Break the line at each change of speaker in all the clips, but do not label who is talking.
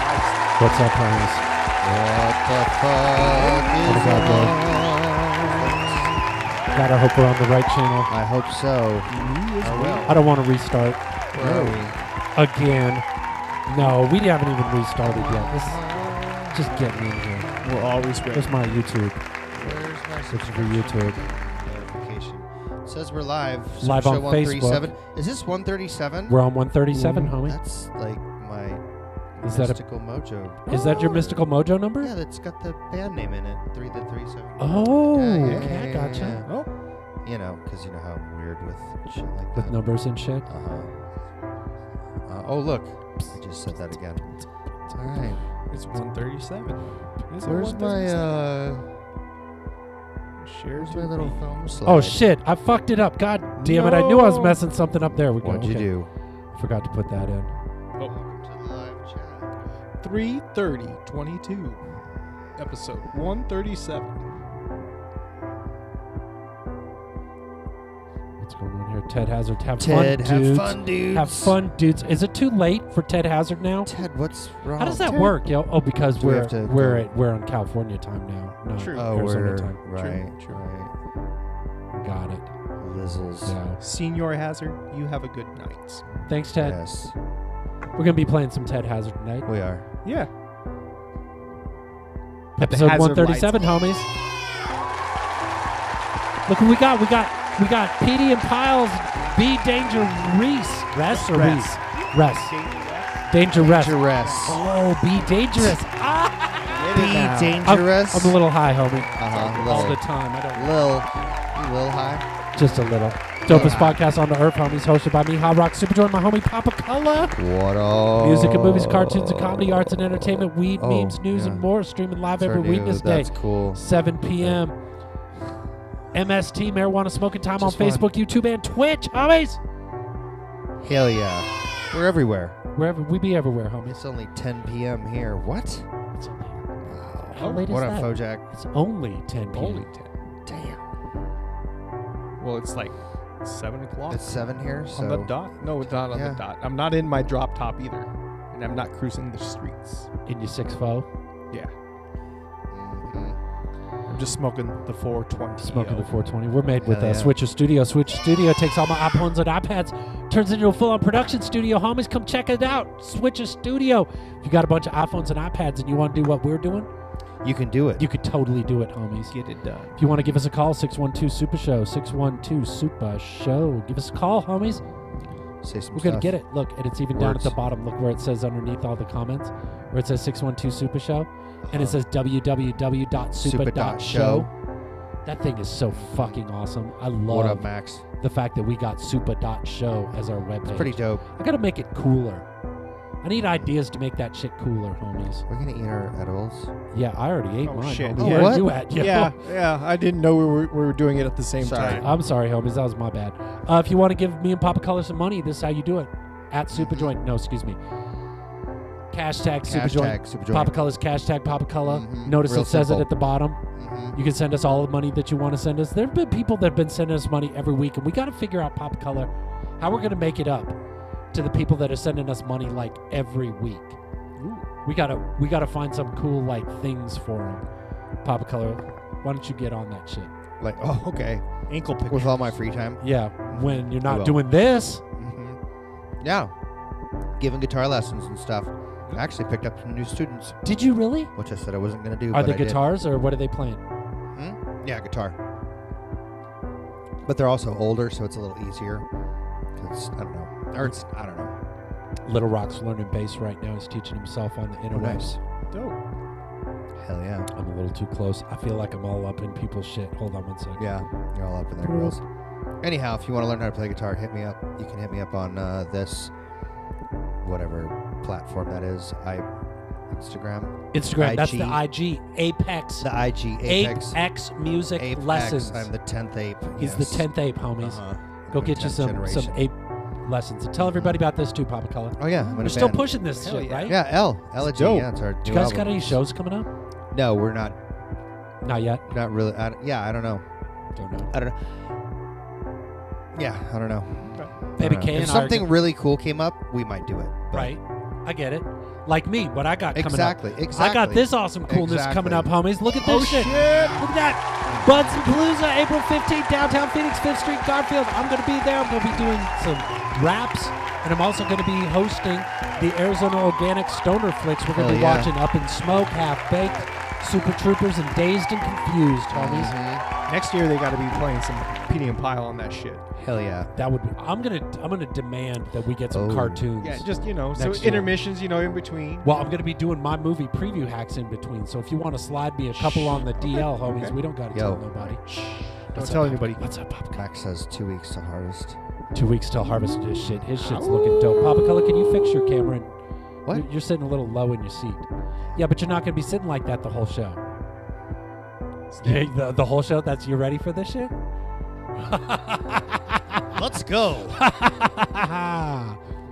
What's up, Hans?
What the fuck
What
is
about
that?
Gotta hope we're on the right channel.
I hope so.
Mm-hmm.
I
Oh, well.
don't want to restart
Where are we?
again. No, we haven't even restarted yet. This is just getting in here.
We're always ready.
There's my YouTube.
Where's my
Search for YouTube.
notification? It says we're live. Super
Live
Show
on
137. Is this 137?
We're on 137, homie.
That's like my
Is that a-
mystical mojo.
Is that your mystical mojo number?
Mm-hmm. Oh. Yeah, that's got the band name in it. Three the three seven.
Oh,
Yeah, yeah,
okay, I
yeah,
gotcha.
yeah.
Oh.
You know, because you know how I'm weird with shit like
With
that.
numbers and shit.
Uh-huh. Uh, oh look, I just said that again. All right.
It's 137. Is it
Where's my
137?
uh?
Oh,
Share
Where's
to
my little
me.
film slide?
Oh shit! I fucked it up. God damn it! I knew I was
No.
messing something up. There we go.
What'd you
Okay.
do?
Forgot to put that in.
Welcome to the live chat.
Oh.
330 22. Episode 137.
What's going on here? Ted Hazard, have
Ted,
fun, dudes.
have fun, dudes.
Have fun, dudes. Is it too late for Ted Hazard now?
Ted, what's wrong?
How does that
Ted?
work, yo? Oh, because
Do we
we're
have to
we're
go-
at, we're on California time now. No,
True.
Oh,
Arizona
we're
time.
right,
True, true.
right.
Got it.
Lizzles.
So,
Senior Hazard, you have a good night.
thanks, Ted.
Yes,
We're gonna be playing some Ted Hazard tonight.
we are.
Yeah. At the
Episode
Hazard
137, homies. Look who we got. We got we got PD and Piles, B Danger Reese, Rest or
Rest.
Reese, Rest, Danger Rest.
Dangerous.
Oh, be dangerous. Ah,
Be
now.
I'm,
dangerous.
I'm a little high, homie.
Uh-huh,
All
little.
the time. I don't.
Lil. You Lil high?
Just a little. Dopest podcast on the earth, homies. Hosted by me, Hot Rock Superjoy, my homie Papa Cola.
What up?
Music and movies, cartoons and comedy, arts and entertainment, weed,
Oh,
memes, news,
yeah.
and more. Streaming live
Sure
every
do.
weekness day,
That's cool.
7 p.m. MST, marijuana smoking time
Just
on
fun.
Facebook, YouTube, and Twitch, homies.
Hell yeah. We're everywhere.
Wherever we be, everywhere, homies.
It's only 10 p.m. here. What?
It's only,
Wow.
How late is
what up,
that?
Fojack?
it's only 10 p.m.
Holy 10.
Damn.
Well, it's like 7 o'clock.
It's 7 here, so.
on the dot. No, it's not on
Yeah.
the dot. I'm not in my drop top either. And I'm not cruising the streets.
in your six foe,
Yeah.
Mhm.
I'm just smoking the 420.
Mm-hmm. smoking the 420. We're made with
Hell
uh,
yeah.
Switcher Studio. Switcher Studio takes all my iPhones and iPads, turns into a full-on production studio. Homies, come check it out. Switcher Studio. If you got a bunch of iPhones and iPads and you want to do what we're doing,
You can do it.
you could totally do it, homies.
Get it done.
If you want to give us a call, 612 Super Show, 612 Super Show. Give us a call, homies.
Say some
We're going to
stuff.
get it. Look, and it's even down at
Words.
the bottom. Look where it says underneath all the comments, where it says 612 Super Show, and
Uh-huh.
it says www.super.show. That thing is so fucking awesome. I
What up,
love
Max?
the fact that we got super.show as our webpage.
Pretty dope.
I got to make it cooler. I need ideas to make that shit cooler, homies.
We're gonna eat our edibles.
Yeah, I already ate
Oh,
mine.
shit.
homie.
Oh,
Where
what?
are you at? yo?
Yeah, yeah. I didn't know we were, we were doing it at the same
Sorry.
time.
I'm sorry, homies. That was my bad. Uh, if you want to give me and Papa Color some money, this is how you do it. At Superjoint. No, excuse me. Cash tag Superjoint.
Hashtag Superjoint.
Papa Color's cash tag Papa Color.
Mhm.
Notice
Real
it says it
simple.
at the bottom.
Mhm.
You can send us all the money that you want to send us. There have been people that have been sending us money every week, and we got to figure out Pop Color how we're going to make it up to the people that are sending us money like every week. We gotta we gotta find some cool like things for them. Pop Color, why don't you get on that shit?
Like, oh, okay.
Ankle pick.
With all my free time.
Yeah, when you're
will.
not doing this,
Mm-hmm. Yeah. Giving guitar lessons and stuff. I actually picked up some new students,
did you really?
which I said I wasn't gonna do.
Are
but
they
I did.
guitars or what are they playing?
Hmm? Yeah, guitar. But they're also older, so it's a little easier. 'Cause, I don't know. Or it's I don't know.
Little Rock's learning bass right now. He's teaching himself on the interwebs.
Dope.
Hell yeah.
I'm a little too close. I feel like I'm all up in people's shit. Hold on one second.
Yeah, you're all up in their grills. Anyhow, if you want to learn how to play guitar, hit me up. You can hit me up on uh, this, whatever platform that is. I Instagram,
Instagram. That's
IG.
the IG Apex.
the IG Apex.
Apex, Music
Apex.
Lessons.
I'm the tenth ape.
He's
yes.
the tenth ape, homies.
Uh-huh.
Go
I'm the
get you
10th
some
generation.
some ape lessons and tell everybody about this too, Papa Color.
Oh yeah, I'm in
We're
a
still
band.
pushing this
Hell
shit,
yeah.
right?
Yeah, L L G.
dope.
Yeah, it's our.
Do
new
you guys
album.
got any shows coming up?
No, we're not.
Not yet.
Not really. I, don't- yeah, I don't know.
Don't know.
I don't know. Yeah, I don't know. I don't
Maybe
know.
Kay
If
and I are
something
gonna-
really cool came up, we might do it. but
Right. I get it. Like me, what I got coming up.
Exactly. Exactly.
I got this awesome coolness coming
Exactly.
up, homies. Look at this
Oh shit!
Look at that. Buds and Palooza, April 15th, downtown Phoenix, 5th Street, Garfield. I'm going to be there. I'm going to be doing some raps, and I'm also going to be hosting the Arizona Organic Stoner Flicks. We're going to
Hell
be
yeah.
watching Up in Smoke, Half Baked, Super Troopers, and Dazed and Confused, homies.
Mhm.
Next year they got to be playing some Petey and Pyle on that shit.
Hell yeah!
That would be. I'm gonna. I'm gonna demand that we get some
Oh.
cartoons.
Yeah, just you know,
Next
so
year.
intermissions, you know, in between.
Well, I'm gonna be doing my movie preview hacks in between. So if you want to slide me a couple on the DL, homies,
okay.
we don't gotta tell
Yo.
nobody. Shh.
Don't tell anybody.
What's up, Papa?
Max says two weeks to harvest.
Two weeks till harvest of this shit. His shit's looking dope. Papa Color, can you fix your camera? And
What?
You're, you're sitting a little low in your seat. Yeah, but you're not gonna be sitting like that the whole show. Yeah, the, the whole show. That's you ready for this shit?
Let's go.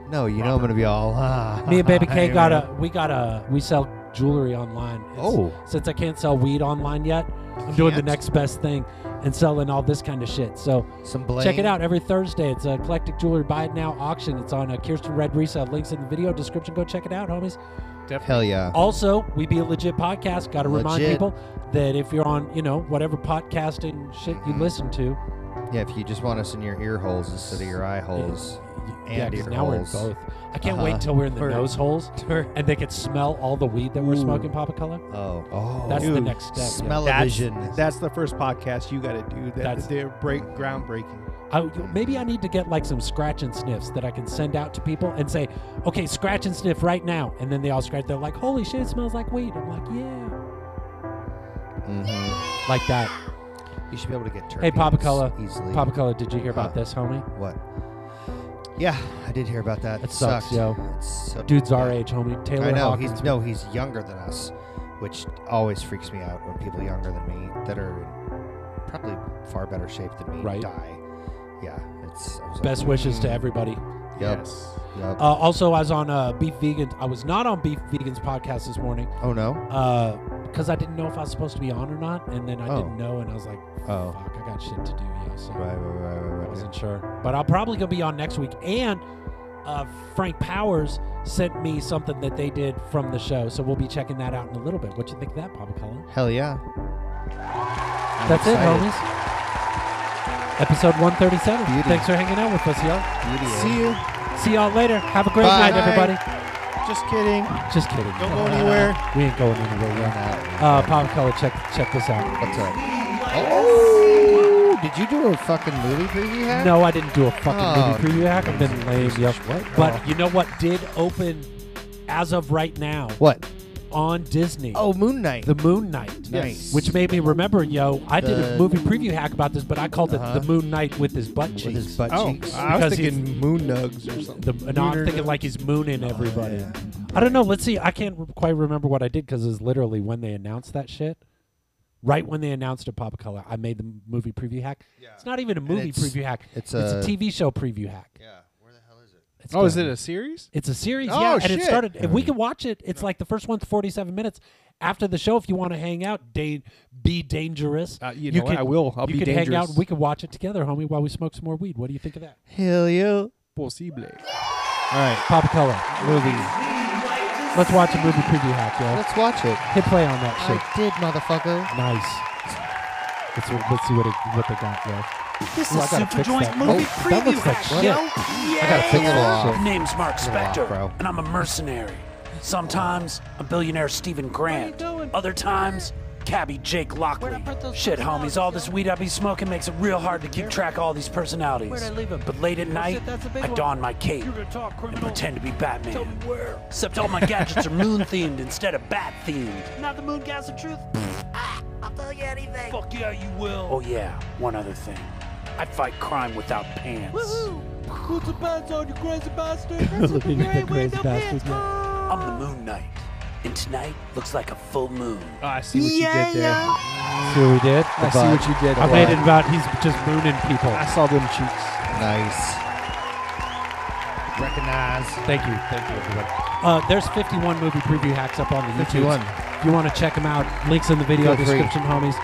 No, Oh, you know I'm gonna be all. Ah,
Me and Baby K
you
got
know.
a we got a we sell jewelry online. It's-
Oh.
Since I can't sell weed online yet, I'm doing the
Can't?
next best thing and selling all this kind of shit. So
some bling.
check it out every Thursday. It's a eclectic jewelry buy it now auction. It's on uh, Kirsten Red Resale. Links in the video description. Go check it out, homies.
Hell yeah!
Also, we be a legit podcast. Got to remind
Legit.
people that if you're on, you know, whatever podcasting shit you
Mhm.
listen to,
Yeah, if you just want us in your ear holes instead of your eye holes.
yeah,
And
'cause
ear
now we're in
holes.
both. I can't wait
Uh-huh.
until we're in the
We're-
nose holes and they could smell all the weed that we're
Ooh.
smoking, Papa Color.
Oh, oh,
That's the
Dude,
next step. yeah.
smell-o-vision.
That's the first podcast you got to do. That
That's-
they're break groundbreaking.
I, maybe I need to get like some scratch and sniffs that I can send out to people and say, okay, scratch and sniff right now. And then they all scratch. They're like, holy shit, it smells like weed. I'm like, yeah.
Mhm.
Like that.
You should be able to get turkey.
Hey, Papa Cola.
Easily.
Papa Color, did you hear about
Huh.
this, homie?
What? Yeah, I did hear about that.
It sucks,
sucked.
yo.
It sucked.
Dude's our
Yeah.
age, homie. Taylor
I know
Hawkins.
he's no, he's younger than us, which always freaks me out when people younger than me that are in probably far better shape than me
Right.
die. Yeah, it's I was like, mm.
Best wishes to everybody.
Yep,
Yes.
yep.
Uh, also, I was on uh, Beef Vegans. I was not on Beef Vegans podcast this morning
oh no.
because I didn't know if I was supposed to be on or not. And then I
Oh.
didn't know, and I was like,
Oh.
fuck, I got shit to do. Yeah, so.
Right, right, right,
I
right, right.
wasn't sure, but I'm probably gonna be on next week. And uh, Frank Powers sent me something that they did from the show, so we'll be checking that out in a little bit. What you think of that, Papa Cullen?
Hell yeah. I'm
That's
excited.
it, homies. Episode 137.
Beauty.
Thanks for hanging out with us, y'all.
Beauty, eh?
See you.
See y'all later. Have a great
Bye.
night, everybody.
Just kidding.
Just kidding.
Don't go anywhere.
We ain't going anywhere.
We're
Yeah.
not-
Uh, Papa Cullen, check check this out.
What's up? Oh, did you do a fucking movie preview? hack?
No, I didn't do a fucking
Oh,
movie preview hack. I've been lame, yo.
What?
But you know what did open as of right now
What?
on Disney?
Oh, Moon Knight.
The Moon Knight.
Nice.
Which made me remember, yo, I did a
The-
movie preview hack about this, but I called
Uh-huh.
it The Moon Knight with his butt
with
cheeks.
his butt
Oh,
cheeks.
I
Because
was
he's-
thinking moon nugs or something.
the, no, I'm
Lunar
thinking
nugs.
like he's mooning everybody. I don't know. Let's see. I can't re- quite remember what I did because it's literally when they announced that shit. Right when they announced it, Papa Color, I made the m- movie preview hack. It's not even a movie
it's-
preview hack.
it's
it's a
a-
TV show preview hack.
Yeah. Where the hell is it?
It's
Oh, is
gotta
it
be.
a series?
It's a series,
Oh,
yeah, and it
shit.
started. If we can watch it, it's like the first one's forty-seven minutes. After the show, if you want to hang out, da- be dangerous.
Uh, you know what? I will. I'll
you
be
can hang out.
dangerous.
and We can watch it together, homie, while we smoke some more weed. What do you think of that,
Hell yeah.
Possible.
All right,
Papa Color?
movie.
Let's watch a movie preview hack, yo.
Let's watch it.
Hit play on that shit.
I did, motherfucker.
Nice. Let's let's see what it, what they got, yo.
This
Ooh, I
is
gotta
Super
fix
Joint
that.
Movie
Oh, that
Preview
looks like
Hack,
shit.
yo!
I gotta fix it all.
Yeah! Name's Mark
Fix it all, bro.
Spector, and I'm a mercenary. Sometimes a billionaire Stephen Grant. Other times, cabbie Jake Lockley. Shit, homies, all this weed I be smoking makes it real hard to keep track of all these personalities. But late at night, I don my cape and pretend to be Batman. Except all my gadgets are moon themed instead of bat themed.
Not the moon gas of truth. Ah, I'll tell you anything.
Fuck yeah, you will. Oh yeah, one other thing. I fight crime without pants.
Put some pants on, you crazy bastard.
Look at the crazy bastard. yo.
I'm the Moon Knight, and tonight looks like a full moon.
Oh, I see what you did there.
See what we did?
I see what you did.
I made it about he's just mooning people.
I saw them cheeks.
Nice. Recognize.
Thank you. Thank you, everybody. Uh, there's 51 movie preview hacks up on the YouTube.
51.
If you want to check them out, links in the video
Feel free.
description, homies.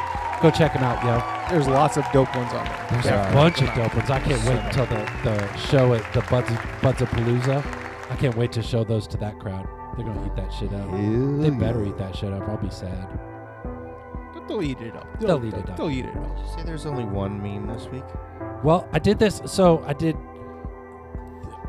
Go check them out, yo.
There's lots of dope ones on there.
There's
Yeah.
a bunch of dope ones. I can't wait until the, the show at the Buds, Buds of Palooza I can't wait to show those to that crowd. They're gonna eat that shit up. They better eat that shit up. I'll be sad.
But They'll eat it up.
They'll eat it up.
They'll eat it up.
Did you say there's only one meme this week?
Well, I did this. So I did.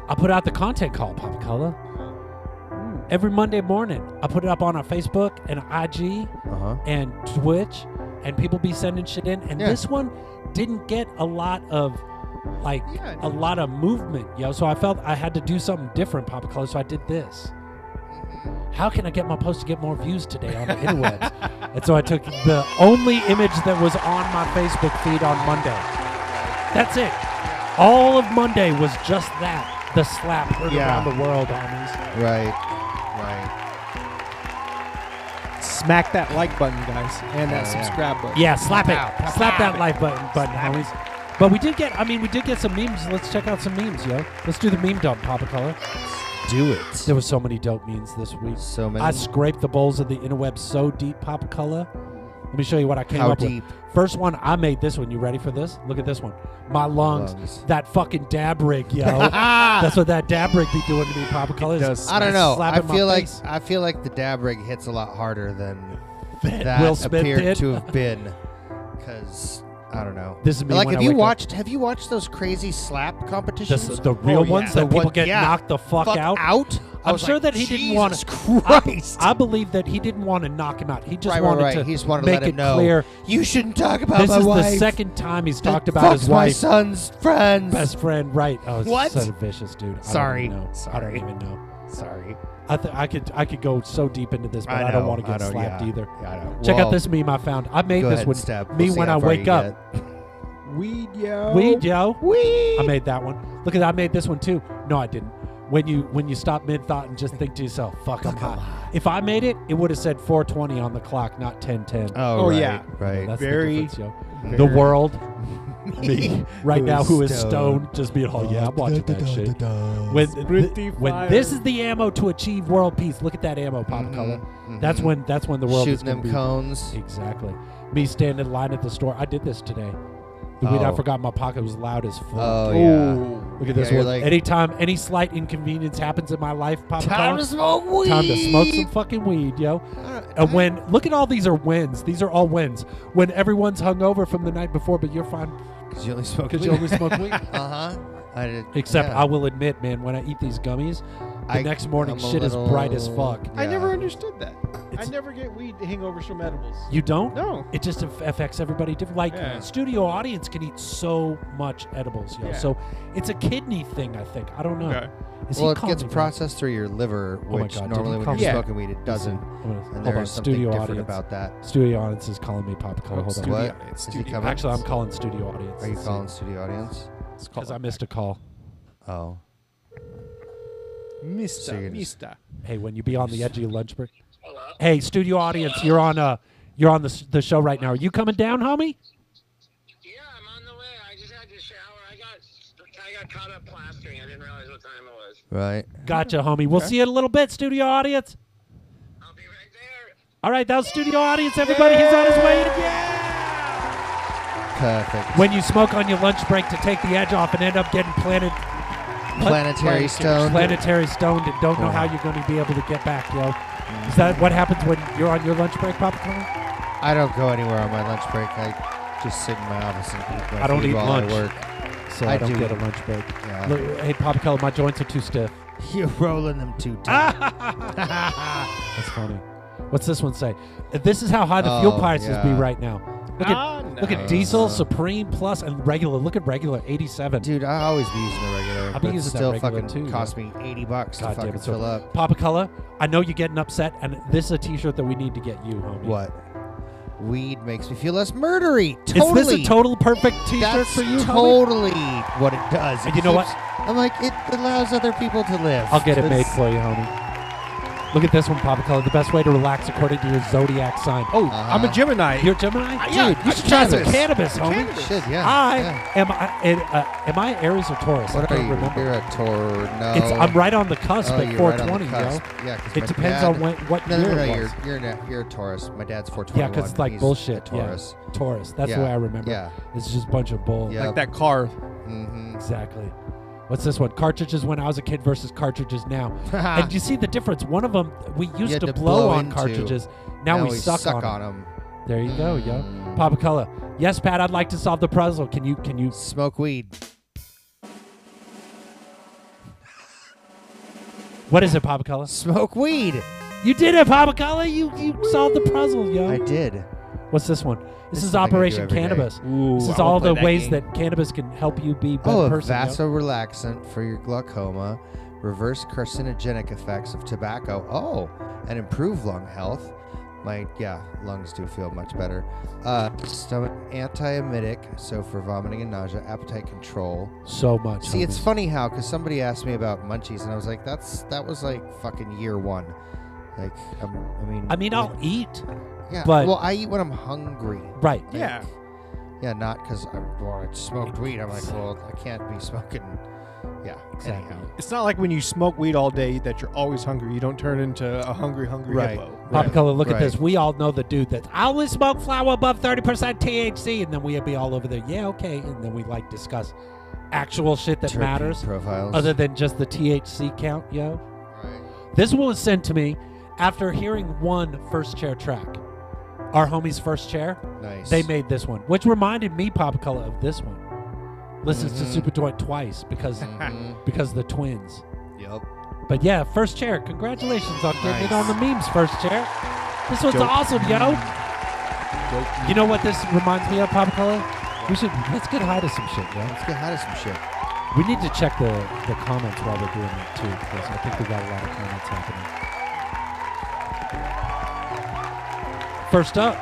I put out the content call, Papa Color.
Mm.
Every Monday morning, I put it up on our Facebook and IG
Uh huh.
and Twitch, and people be sending shit in. And
Yeah.
this one didn't get a lot of like
Yeah,
a lot of movement, yo. So I felt I had to do something different, Papa Color. So I did this.
Mm-hmm.
How can I get my post to get more views today on the interwebs? and so I took the only image that was on my Facebook feed on Monday. That's it. All of Monday was just that. The slap heard
Yeah.
around the world, homies.
Right. Right.
Smack that like button, guys, and that
Yeah.
subscribe button.
Yeah, slap it.
Pow, pow,
slap
pow.
that like button, button homies. But we did get, I mean, we did get some memes. Let's check out some memes, yo. Let's do the meme dump, Papa Color.
Do it.
There were so many dope memes this week.
So many.
I scraped the bowls of the interweb so deep, Papa Color. Let me show you what I came
How
up
deep?
with. First one, I made this one. You ready for this? Look at this one. My lungs.
Lungs.
That fucking dab rig, yo. That's what that dab rig be doing to me, Papa Color. is
does
I don't know. I
slapping my
feel like
face.
I feel like the dab rig hits a lot harder than that
Will Smith
appeared
did.
to have been. Because I don't know.
This is me
like
when
have
I
you
wake up.
watched have you watched those crazy slap
The,
competitions?
the real
Oh, yeah.
ones that
The
people
one-
get
yeah.
knocked the fuck, out.
I
I'm
was
sure
like,
that he didn't want
"Jesus
to.
Christ.
I, I believe that he didn't want to knock him out. He just
right,
wanted
right, right.
to
He just wanted to
make
let
it
him know.
clear.
You shouldn't talk about
this
my
is
wife.
the second time he's
that
talked about his
fucked my
wife.
son's friends.
best friend, right? Oh, it's
What?
Such a vicious dude. I don't
Sorry.
even know. I
Sorry.
don't even know.
Sorry,
I, th- I could I could go so deep into this, but I, don't
know,
want to
I
get
know,
slapped
yeah.
either.
Yeah, I know.
Check
Well,
out this meme I found. I made
Go
this
ahead,
one.
Step.
Me
We'll see
when I
how far
wake
you
up.
get.
Weed, yo.
We yo.
Wee.
I made that one. Look at that. I made this one too. No, I didn't. When you when you stop mid thought and just think to yourself, "Fuck, I'm hot." If I made it, it would have said 4:20 on the clock, not 10:10.
Oh,
Oh,
right,
yeah.
right.
That's
very-
the difference, yo. The world, me, right
Who
now,
is
who is
stoned.
stoned, just being, "Oh yeah, I'm watching that shit." When,
Pretty
th- when this
fire.
is the ammo to achieve world peace, look at that ammo, pop color. That's when that's when the world is
Mm-hmm. shooting
gonna
them
be-
cones.
Exactly. Me standing in line at the store. I did this today. The weed I
Oh.
forgot in my pocket was loud as fuck.
Oh yeah.
Look at this
Yeah, you're
one.
like-
Anytime any slight inconvenience happens in my life, Papa
Time
Collar,
to smoke weed.
time to smoke some fucking weed, yo. And when look at all these are wins. These are all wins. When everyone's hungover from the night before, but you're fine
Because you only smoke.
because you only smoke weed.
Uh huh. I did.
Except
yeah.
I will admit, man, when I eat these gummies, the
I-
next morning
I'm a
shit is bright as
little-
fuck.
I never
Yeah.
understood that. I
It's-
never get weed hangovers from edibles.
You don't?
No.
It just aff- affects everybody different. Like
Yeah.
studio audience can eat so much edibles, yo.
Yeah.
So it's a kidney thing, I think. I don't know.
Okay.
Is he
Well, it
calling
gets
me, man?
processed through your liver,
Oh my
which
God, did
normally
he
when
call
you're
me? Yeah.
smoking weed, it doesn't.
I'm gonna-
And
hold
there
on,
is something
studio
different
audience.
about that.
Studio audience is calling me Pop Color. Hold
studio
on.
What?
audience,
Is he
studio
coming?
audience.
Actually, I'm calling studio audience.
Are you calling studio audience?
Because I missed a call.
Oh,
Mista,
you're just-
Mista.
Hey, when you be on the edge of your lunch break. Hey, studio audience, you're on uh, you're on the s- the show right now. Are you coming down, homie?
Yeah, I'm on the way. I just had to shower. I got I got caught up plastering. I didn't realize what time it was.
right.
Gotcha, homie. We'll see you in a little bit, studio audience.
I'll be right there.
All right, that was studio audience. Everybody, he's on his way.
Perfect.
When you smoke on your lunch break to take the edge off and end up getting planted,
Planetary stone.
planetary stoned, and don't know how you're going to be able to get back, yo. Is that what happens when you're on your lunch break, Papa? Tony?
I don't go anywhere on my lunch break. I just sit in my office and eat my
I don't
food
eat
while
lunch.
I work.
So I,
I
don't
do.
get a lunch break.
Yeah.
Look, hey, Papa Keller, my joints are too stiff.
You're rolling them too tight.
That's funny. What's this one say? This is how high the fuel
Oh,
prices be
yeah.
right now. Look at
Ah,
look
no.
at diesel, supreme, plus, and regular. Look at regular, eighty-seven.
Dude, I always be using the regular.
I'll be
but
using that
still
regular
fucking
too,
cost me eighty bucks to
God damn
fucking
it! So,
fill up.
Papa Keller, I know you're getting upset, and this is a T-shirt that we need to get you, homie.
What? Weed makes me feel less murdery.
Is
Totally.
this a total perfect T-shirt
That's
for you, homie?
totally what it does.
And
It
you know what?
keeps- I'm like, it allows other people to live.
I'll get it made
That's-
for you, homie. Look at this one, Papa Keller. The best way to relax according to your zodiac sign. Oh,
Uh-huh.
I'm a Gemini.
you're Gemini,
yeah,
dude. You
I'm
should try some
cannabis.
cannabis, homie.
Cannabis.
Shit, yeah.
I
yeah.
am I and, uh, am I Aries or Taurus? I
What are
can't
you?
remember.
You're a Taurus. No.
It's I'm right on the cusp
Oh,
at
you're right on the
420,
cusp.
yo.
Yeah, 'cause
It
my
depends
dad-
on when, what
No,
year
no, no,
it
you're
was.
you're a, you're a Taurus. My dad's 421.
yeah, because it's like
He's
bullshit.
A Taurus.
Yeah, Taurus. That's
Yeah,
the way I remember.
yeah.
it. it's just a bunch of bull.
Yeah.
like that car.
Mm-hmm.
exactly. What's this one? Cartridges when I was a kid versus cartridges now. and you see the difference. One of them we used
had
to,
to
blow,
blow
on
into.
cartridges. Now, we, suck, on, 'em.
them.
There you go, yo. Papa Color. Yes, Pat. I'd like to solve the puzzle. Can you? Can you?
Smoke weed.
What is it, Papa Color?
Smoke weed.
You did it, Papa Color. You you solved the puzzle, yo.
I did.
What's this one? This,
This
is
is something I do
Operation
every day.
Cannabis.
Ooh,
this
I
is
wanna
all
play
the
that
ways
game.
that cannabis can help you be a better
Oh, a
person. yo.
vasorelaxant for your glaucoma, reverse carcinogenic effects of tobacco. Oh, and improve lung health. My yeah, lungs do feel much better. Uh, stomach anti-emetic, so for vomiting and nausea, appetite control.
so much.
See, it's
homies.
funny how because somebody asked me about munchies, and I was like, "That's that was like fucking year one." Like, um, I mean,
I mean, I'll eat.
yeah.
but-
well, I eat when I'm hungry.
Right.
Like,
Yeah.
yeah, not because I well, I smoked weed. I'm like, well, I can't be smoking. Yeah,
Exactly.
anyhow.
It's not like when you smoke weed all day that you're always hungry. You don't turn into a hungry, hungry
Right.
hippo.
Pop color, look at
Right.
this. We all know the dude that's I only smoke flower above 30% THC, and then we'd be all over there. Yeah, okay. And then we like discuss actual shit that
Terpene
matters
Profiles.
other than just the THC count, yo.
Right.
This one was sent to me after hearing one first chair track. Our homie's first chair,
Nice.
they made this one, which reminded me, Pop Color, of this one. Listens
Mm-hmm.
to Super Joint twice because
Mhm.
because the twins.
Yep.
But yeah, first chair. Congratulations on getting it
Nice.
on the memes, first chair. This one's awesome, yo. You know what this reminds me of, Papa Color? We should let's get high to some shit, yo.
Let's get high to some shit.
We need to check the, the comments while we're doing it too, because I think we got a lot of comments happening. First up,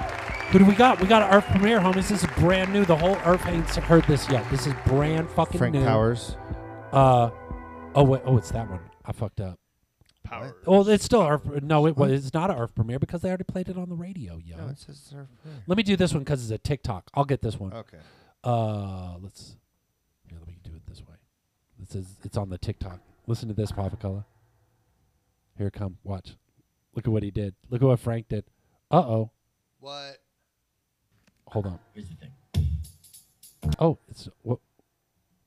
who do we got? We got our Earth premiere, homies. This is brand new. The whole Earth ain't heard this yet. This is brand fucking
Frank
new.
Powers.
Uh, oh wait, oh it's that one. I fucked up.
Power.
Well, it's still our no. It was it's not an Earth premiere because they already played it on the radio. Yo,
No, it says they're there.
let me do this one because it's a TikTok. I'll get this one.
Okay.
Uh, let's here. Let me do it this way. This is it's on the TikTok. Listen to this, Papa Color. Here it come. Watch. Look at what he did. Look at what Frank did. Uh oh.
What?
Hold on. Here's the thing. Oh, it's what?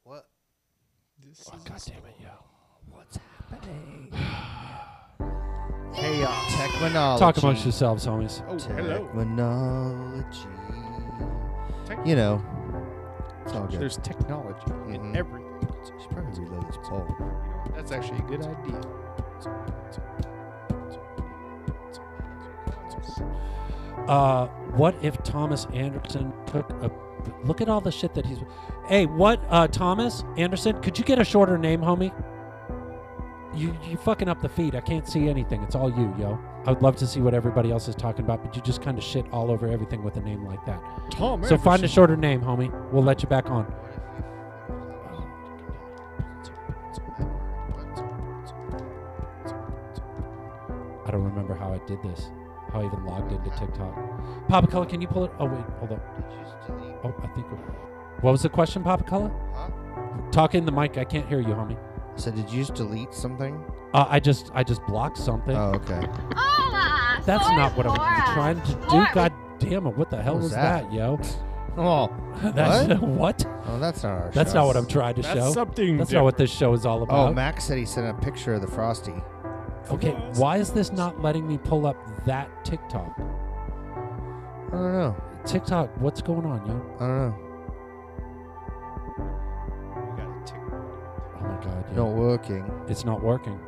What?
Oh, God damn it, yo.
Chaos. Technology.
Talk amongst yourselves, homies.
Oh, hello.
Technology. You know. It's all good.
There's technology
Mhm.
in everything.
Should probably reload this poll.
That's actually a good idea.
Uh, what if Thomas Anderson took a look at all the shit that he's? Hey, what uh, Thomas Anderson? Could you get a shorter name, homie? You you fucking up the feed. I can't see anything. It's all you, yo. I would love to see what everybody else is talking about, but you just kind of shit all over everything with a name like that.
Tom.
So find a shorter name, homie. We'll let you back on. I don't remember how I did this. How I even logged into TikTok. Papa Color, can you pull it? Oh wait, hold up. Oh, I think. What was the question, Papa Color? Talk in the mic. I can't hear you, homie.
So did you just delete something?
Uh, I just I just blocked something.
Oh, okay.
Hola,
That's
soy
not what I'm
Oh, Laura.
trying to do.
Laura.
God damn it! What the hell
What
was
was
that, yo?
Oh,
That's what?
oh, that's not our.
That's
show.
not what I'm trying to
That's
show.
something.
That's not what this show is all
Oh,
about.
Max said he sent a picture of the frosty.
okay, why is this not letting me pull up that TikTok?
I don't know.
TikTok, what's going on, yo?
I don't know.
Oh my god, yo.
Not working.
it's not working.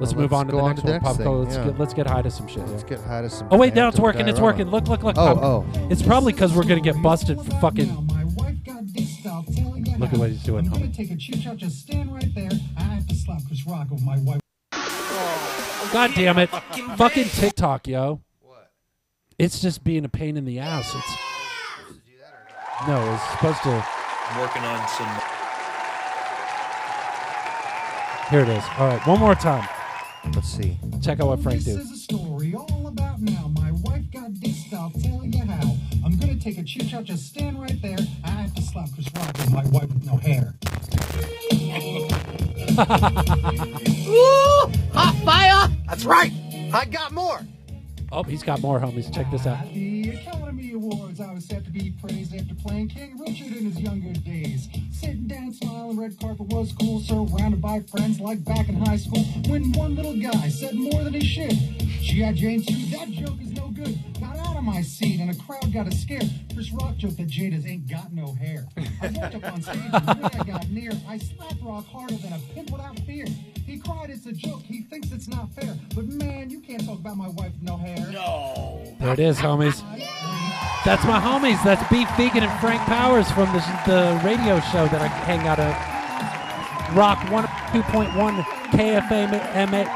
Let's
Well,
move
let's
on to
go
the
on
next
to the
one,
next
Pop Color.
thing,
Let's
yeah.
get let's get high to some shit. yo.
Let's get high to some.
Oh wait, now it's
phantom
working. It's
diorama.
working. Look, look, look. Pop Color.
Oh, oh.
It's probably because we're gonna get busted for fucking.
My wife got this stuff telling you
Look at
now.
what he's doing,
I'm gonna
homie.
take a cheap shot. Just stand right there. I have to slap Chris Rock with my wife.
God damn it! fucking TikTok, yo. It's just being a pain in the ass. It's no, it's supposed to.
working on some
Here it is. All right, one more time.
Let's see.
Check out what Frank
This
did.
is a story all about now. My wife got this stuff telling you how. I'm gonna take a cheap shot. Just stand right there. I have to slap Chris Rock with my wife with no hair.
That's right. I got more.
Oh, he's got more homies. Check this out.
At the Academy Awards, I was set to be praised after playing King Richard in his younger days. Sitting down, smiling, red carpet was cool, surrounded by friends like back in high school. When one little guy said more than he should, G.I. Jane 2, that joke is no good. Got out of my seat, and a crowd got a scare. Chris Rock joked that Jada's ain't got no hair. I walked up on stage, and when I got near, I slapped Rock harder than a pimp without fear. He cried, it's a joke, he thinks it's not fair. But man, you can't talk about my wife with no hair.
There it is, homies. That's my homies. That's Beef Vegan and Frank Powers from the, the radio show that I hang out at. Rock 102.1 KFMA,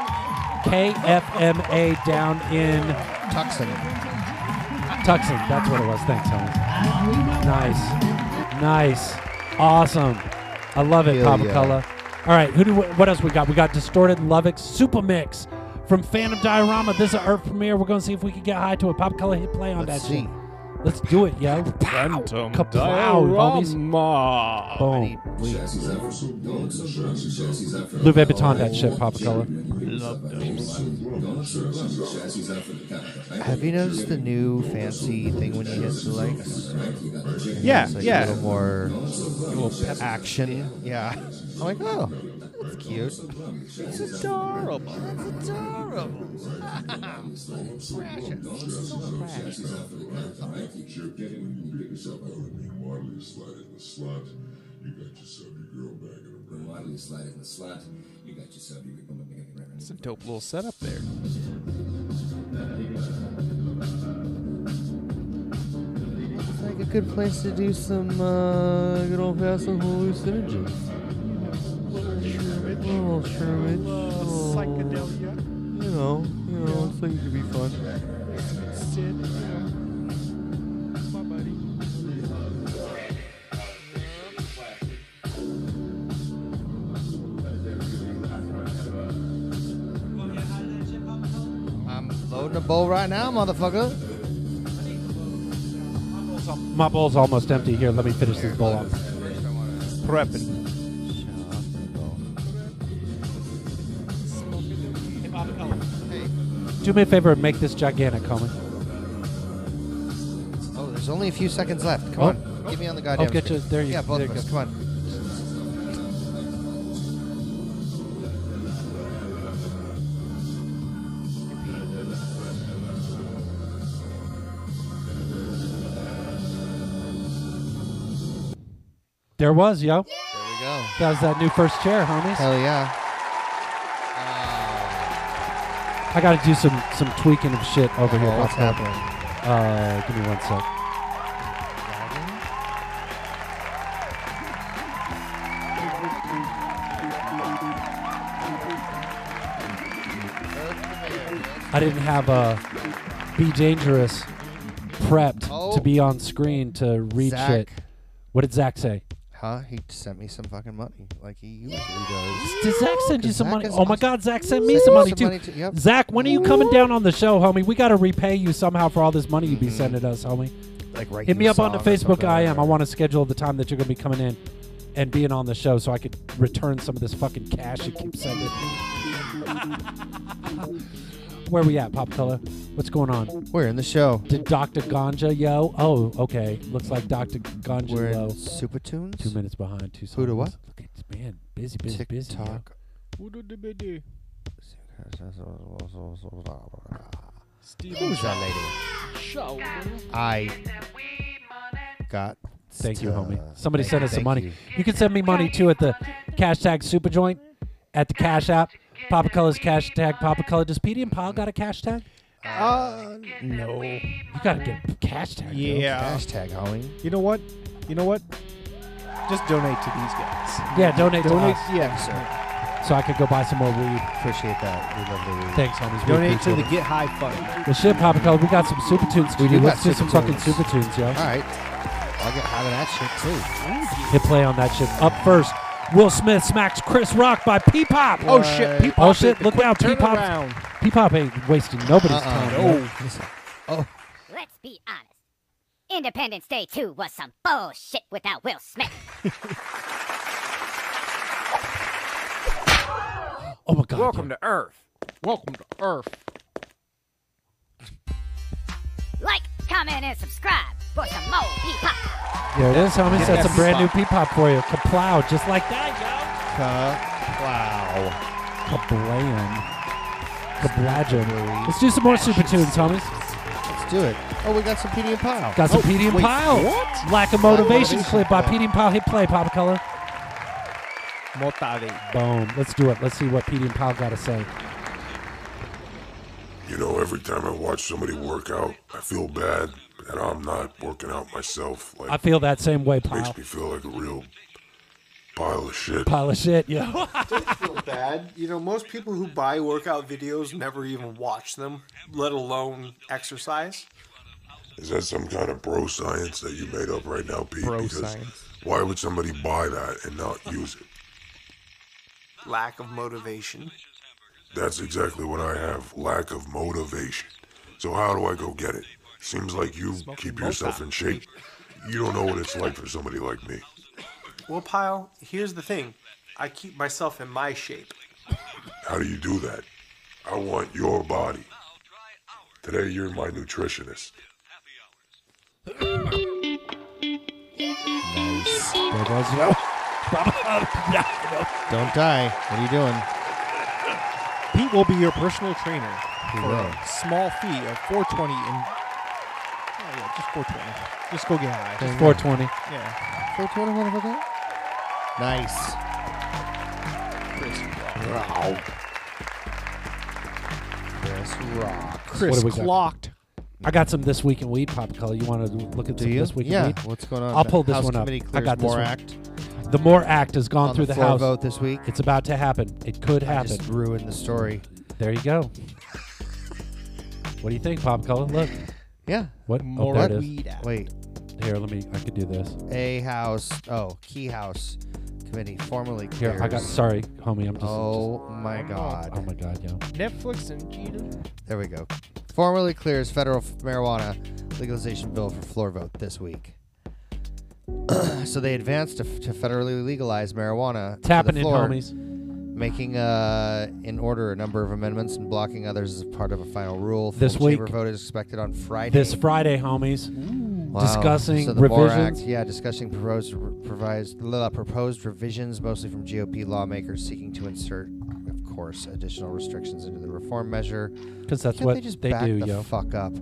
KFMA down in
Tucson.
Tucson. That's what it was. Thanks, homies. Nice. Nice. Awesome. I love it,
Hell
Papa
yeah.
Color. All right, who do what else we got? We got Distorted Lubbock Supermix from Phantom Diorama. This is our premiere. We're gonna see if we can get high to a Pop Color hit play on
Let's
that
see.
shit. Let's do it, yo.
Phantom
Kaplow, homies.
Diorama.
Boom. Louis Vuitton that shit, Papa Color.
Have you noticed the new fancy thing when you hit the legs?
Yeah,
It's like
yeah.
A little more
little
action. Yeah. I'm like, oh, that's cute. It's adorable. That's adorable. Precious. So precious.
It's a dope little setup there.
It's like a good place to do some uh, good old fashioned hallucinogens. Little shroomish. Little Psychedelia. Oh, You know, you know, it's like it could be fun. I'm loading a bowl right now, motherfucker.
My bowl's almost empty here. Let me finish this bowl off.
Prepping.
Do me a favor and make this gigantic, homie.
Oh, there's only a few seconds left. Come
Oh.
on. Give me on the goddamn
Oh, get
screen.
you- there you-
Yeah, both
there
of
you
us.
go.
Come on.
There was, yo.
There we go.
That was that new first chair, homies.
Hell yeah.
I got to do some some tweaking of shit over here.
Oh, what's
Pop Color.
happening?
Uh, give me one sec. I didn't have a be dangerous prepped
Oh.
to be on screen to read
Zach.
shit. What did Zach say?
Huh? He sent me some fucking money, like he usually does.
Did Zach send you some
Zach
money?
is
Oh my
awesome.
God, Zach sent me
Sent
some
you
money
some
too.
money too, yep.
Zach, when are you coming down on the show, homie? We got to repay you somehow for all this money you be sending us, homie.
Mm-hmm. Like right.
Hit me
you
up on
saw
the
him or
Facebook.
something.
I am. I want to schedule the time that you're going to be coming in and being on the show so I could return some of this fucking cash you keep sending. Where we at, Pop Color? What's going on?
We're in the show.
Did Dr. Ganja yo? Oh, okay. Looks like Dr. Ganja
We're
yo.
in Super Tunes.
Two minutes behind. Two songs.
Who to what?
Look at this man. Busy, busy, busy. yo.
TikTok. Who's that lady? I got.
Thank you,
uh,
homie. Somebody sent us some
thank
money. You.
you.
can send me money too at the cash tag super joint at the cash app. Papa Color's cash tag. Papa Color. Does PD and Pal got a cash tag?
Uh, no.
You gotta get a cash tag. yo.
Yeah.
Hashtag homie.
You know what? You know what? Just donate to these guys.
Uh,
Yeah, donate,
Donate,
to us
yeah, sir.
so I could go buy some more weed.
Appreciate that. We love the weed.
Thanks, homies. We
Donate to
appreciate
the
it.
Get High Fund.
Well, shit, Papa Color. We got some super tunes,
We
dude.
do
Let's
got
do
super
some fucking
tunes.
super tunes, yo.
All right. I'll get having that shit too.
Hit play on that shit. Up first, Will Smith smacks Chris Rock by P Pop.
Oh shit! Peep
Oh
Pop
shit!
is the
Look
quick
out, P Pop.
turnaround.
P Pop ain't wasting nobody's
Uh-uh.
time. yo.
No. Oh,
Let's be honest. Independence Day 2 was some bullshit without Will Smith.
Oh my god.
Welcome
dude.
to
Oh
Earth.
Welcome to Earth.
comment, and subscribe for some more Peepop.
There it is, homies.
Get
That's a
that
brand new Peepop
Peepop.
for you. Kaplow, just like that,
Wow.
yo. Kablam. Kablajum. Let's do some more Super Tunes, homies.
Let's do it. Oh, we got some PD and Pile.
Got some
oh,
PD and
wait,
Pile.
What? Oh,
Lack of motivation
Motivation
clip by
clip.
PD and Pile. Hit play, Pop Color.
Motari.
Boom. Let's do it. Let's see what PD and Pile got to say.
You know, every time I watch somebody work out, I feel bad that I'm not working out myself. Like,
I feel that same way, Pile.
makes me feel like a real pile of shit.
Pile of shit, yo.
feel bad. You know, most people who buy workout videos never even watch them, let alone exercise.
Is that some kind of bro science that you made up right now, Pete?
Bro
because
science.
why would somebody buy that and not use it?
Lack of motivation.
That's exactly what I have lack of motivation. So, how do I go get it? Seems like you keep yourself in shape. You don't know what it's like for somebody like me.
Well, Pyle, here's the thing I keep myself in my shape.
How do you do that? I want your body. Today you're my nutritionist.
There goes you. Don't die. What are you doing?
Pete will be your personal trainer
He
for
will.
a small fee of 420 and oh yeah, just 420. Just go get high.
420.
Yeah.
420, motherfucker. Nice. Wow. Chris Rock.
Chris
we got?
clocked.
I got some this week in weed, Pop Color. You want to look at
Do
some
you?
this week
yeah.
in weed?
What's going on?
I'll
The
pull this
House
one up.
Committee
I
clears
got this
More
one.
Act
The More Act has gone
on
through
the,
the,
floor
House.
vote this week.
It's about to happen. It could
I
happen.
just ruined the story.
There you go. What do you think, Pop Color? Look.
Yeah.
What?
More
oh, there it is.
weed out.
Wait.
Here, let me. I could do this.
A house. Oh, Key House Committee formally
Here,
clears.
I got. Sorry, homie. I'm just.
Oh my God.
just- oh my god, yo.
Netflix and Gina.
There we go. Formally clears federal f- marijuana legalization bill for floor vote this week. so they advanced to, f- to federally legalize marijuana.
It's
to the
happening,
floor,
homies.
Making uh, in order a number of amendments and blocking others as part of a final rule. Full
This
chamber
week.
vote is expected on Friday.
This Friday, homies.
Wow.
discussing
so the Moore
revisions?
Act, yeah, discussing proposed provides blah, proposed revisions, mostly from GOP lawmakers seeking to insert, of course, additional restrictions into the reform measure.
Because that's
Can't
what
they just back
do,
the
yo.
fuck up?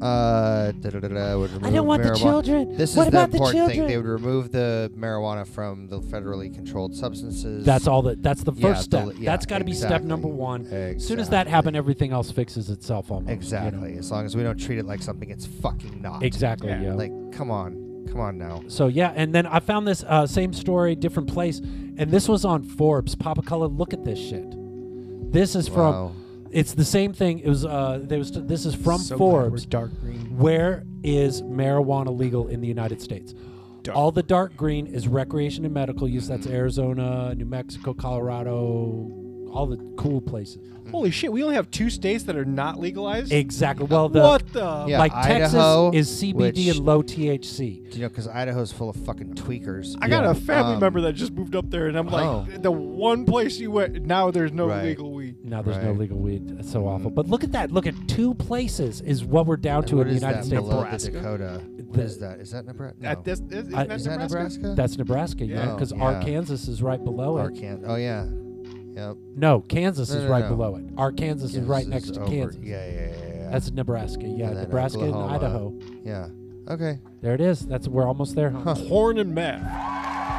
Uh, da-da-da-da, would
I
remove
don't want the
marijuana-
children.
This
What
is the
about the
important thing.
children?
They would remove the marijuana from the federally controlled substances.
That's all that. That's the first
Yeah, the-
step.
yeah,
that's got to be step
exactly.
number one. As soon as that
Exactly.
happens, everything else fixes itself almost. you know?
Exactly. As long as we don't treat it like something it's fucking not.
Exactly,
Yeah.
yo.
Like, come on, come on now.
so yeah, and then I found this uh, same story, different place, and this was on Forbes. Papa Color, look at this shit. This is from.
Wow.
It's the same thing. It was. Uh, there was. This is from
So glad we're
Forbes.
dark green.
Where is marijuana legal in the United States?
Dark. Mm-hmm.
All the dark green is recreation and medical use. That's Arizona, New Mexico, Colorado, all the cool places.
Holy shit, we only have two states that are not legalized?
Mm-hmm. Exactly. Well, the
what the?
Yeah,
like
Idaho,
Texas is CBD
which-
and low THC.
Do You know, because Idaho's full of fucking tweakers.
I got
Yeah.
a family
Um,
member that just moved up there, and I'm like,
Oh.
the one place you went, now there's no
Right.
legal weed.
Now there's no
Right. Mm.
legal weed. That's so awful. But look at that. Look at two places is what we're down to
What
in the
is
United
that
States.
below the
Nebraska?
Dakota? What
The-
is that? Is that Nebraska? No.
At this, is,
I-
not that
is that
Nebraska?
Nebraska?
That's Nebraska, yeah,
Oh,
because
yeah.
Arkansas is right below it.
Arkansas. Oh yeah. Yep.
No, Kansas
No,
is
no,
right
no.
below it. Arkansas is
Kansas
right
is
next to
over-
Kansas.
Yeah, yeah, yeah, yeah, yeah.
That's Nebraska, yeah.
And then
Nebraska
Oklahoma.
and Idaho.
yeah. Okay.
There it is. That's we're almost there. homies.
Corn and meth.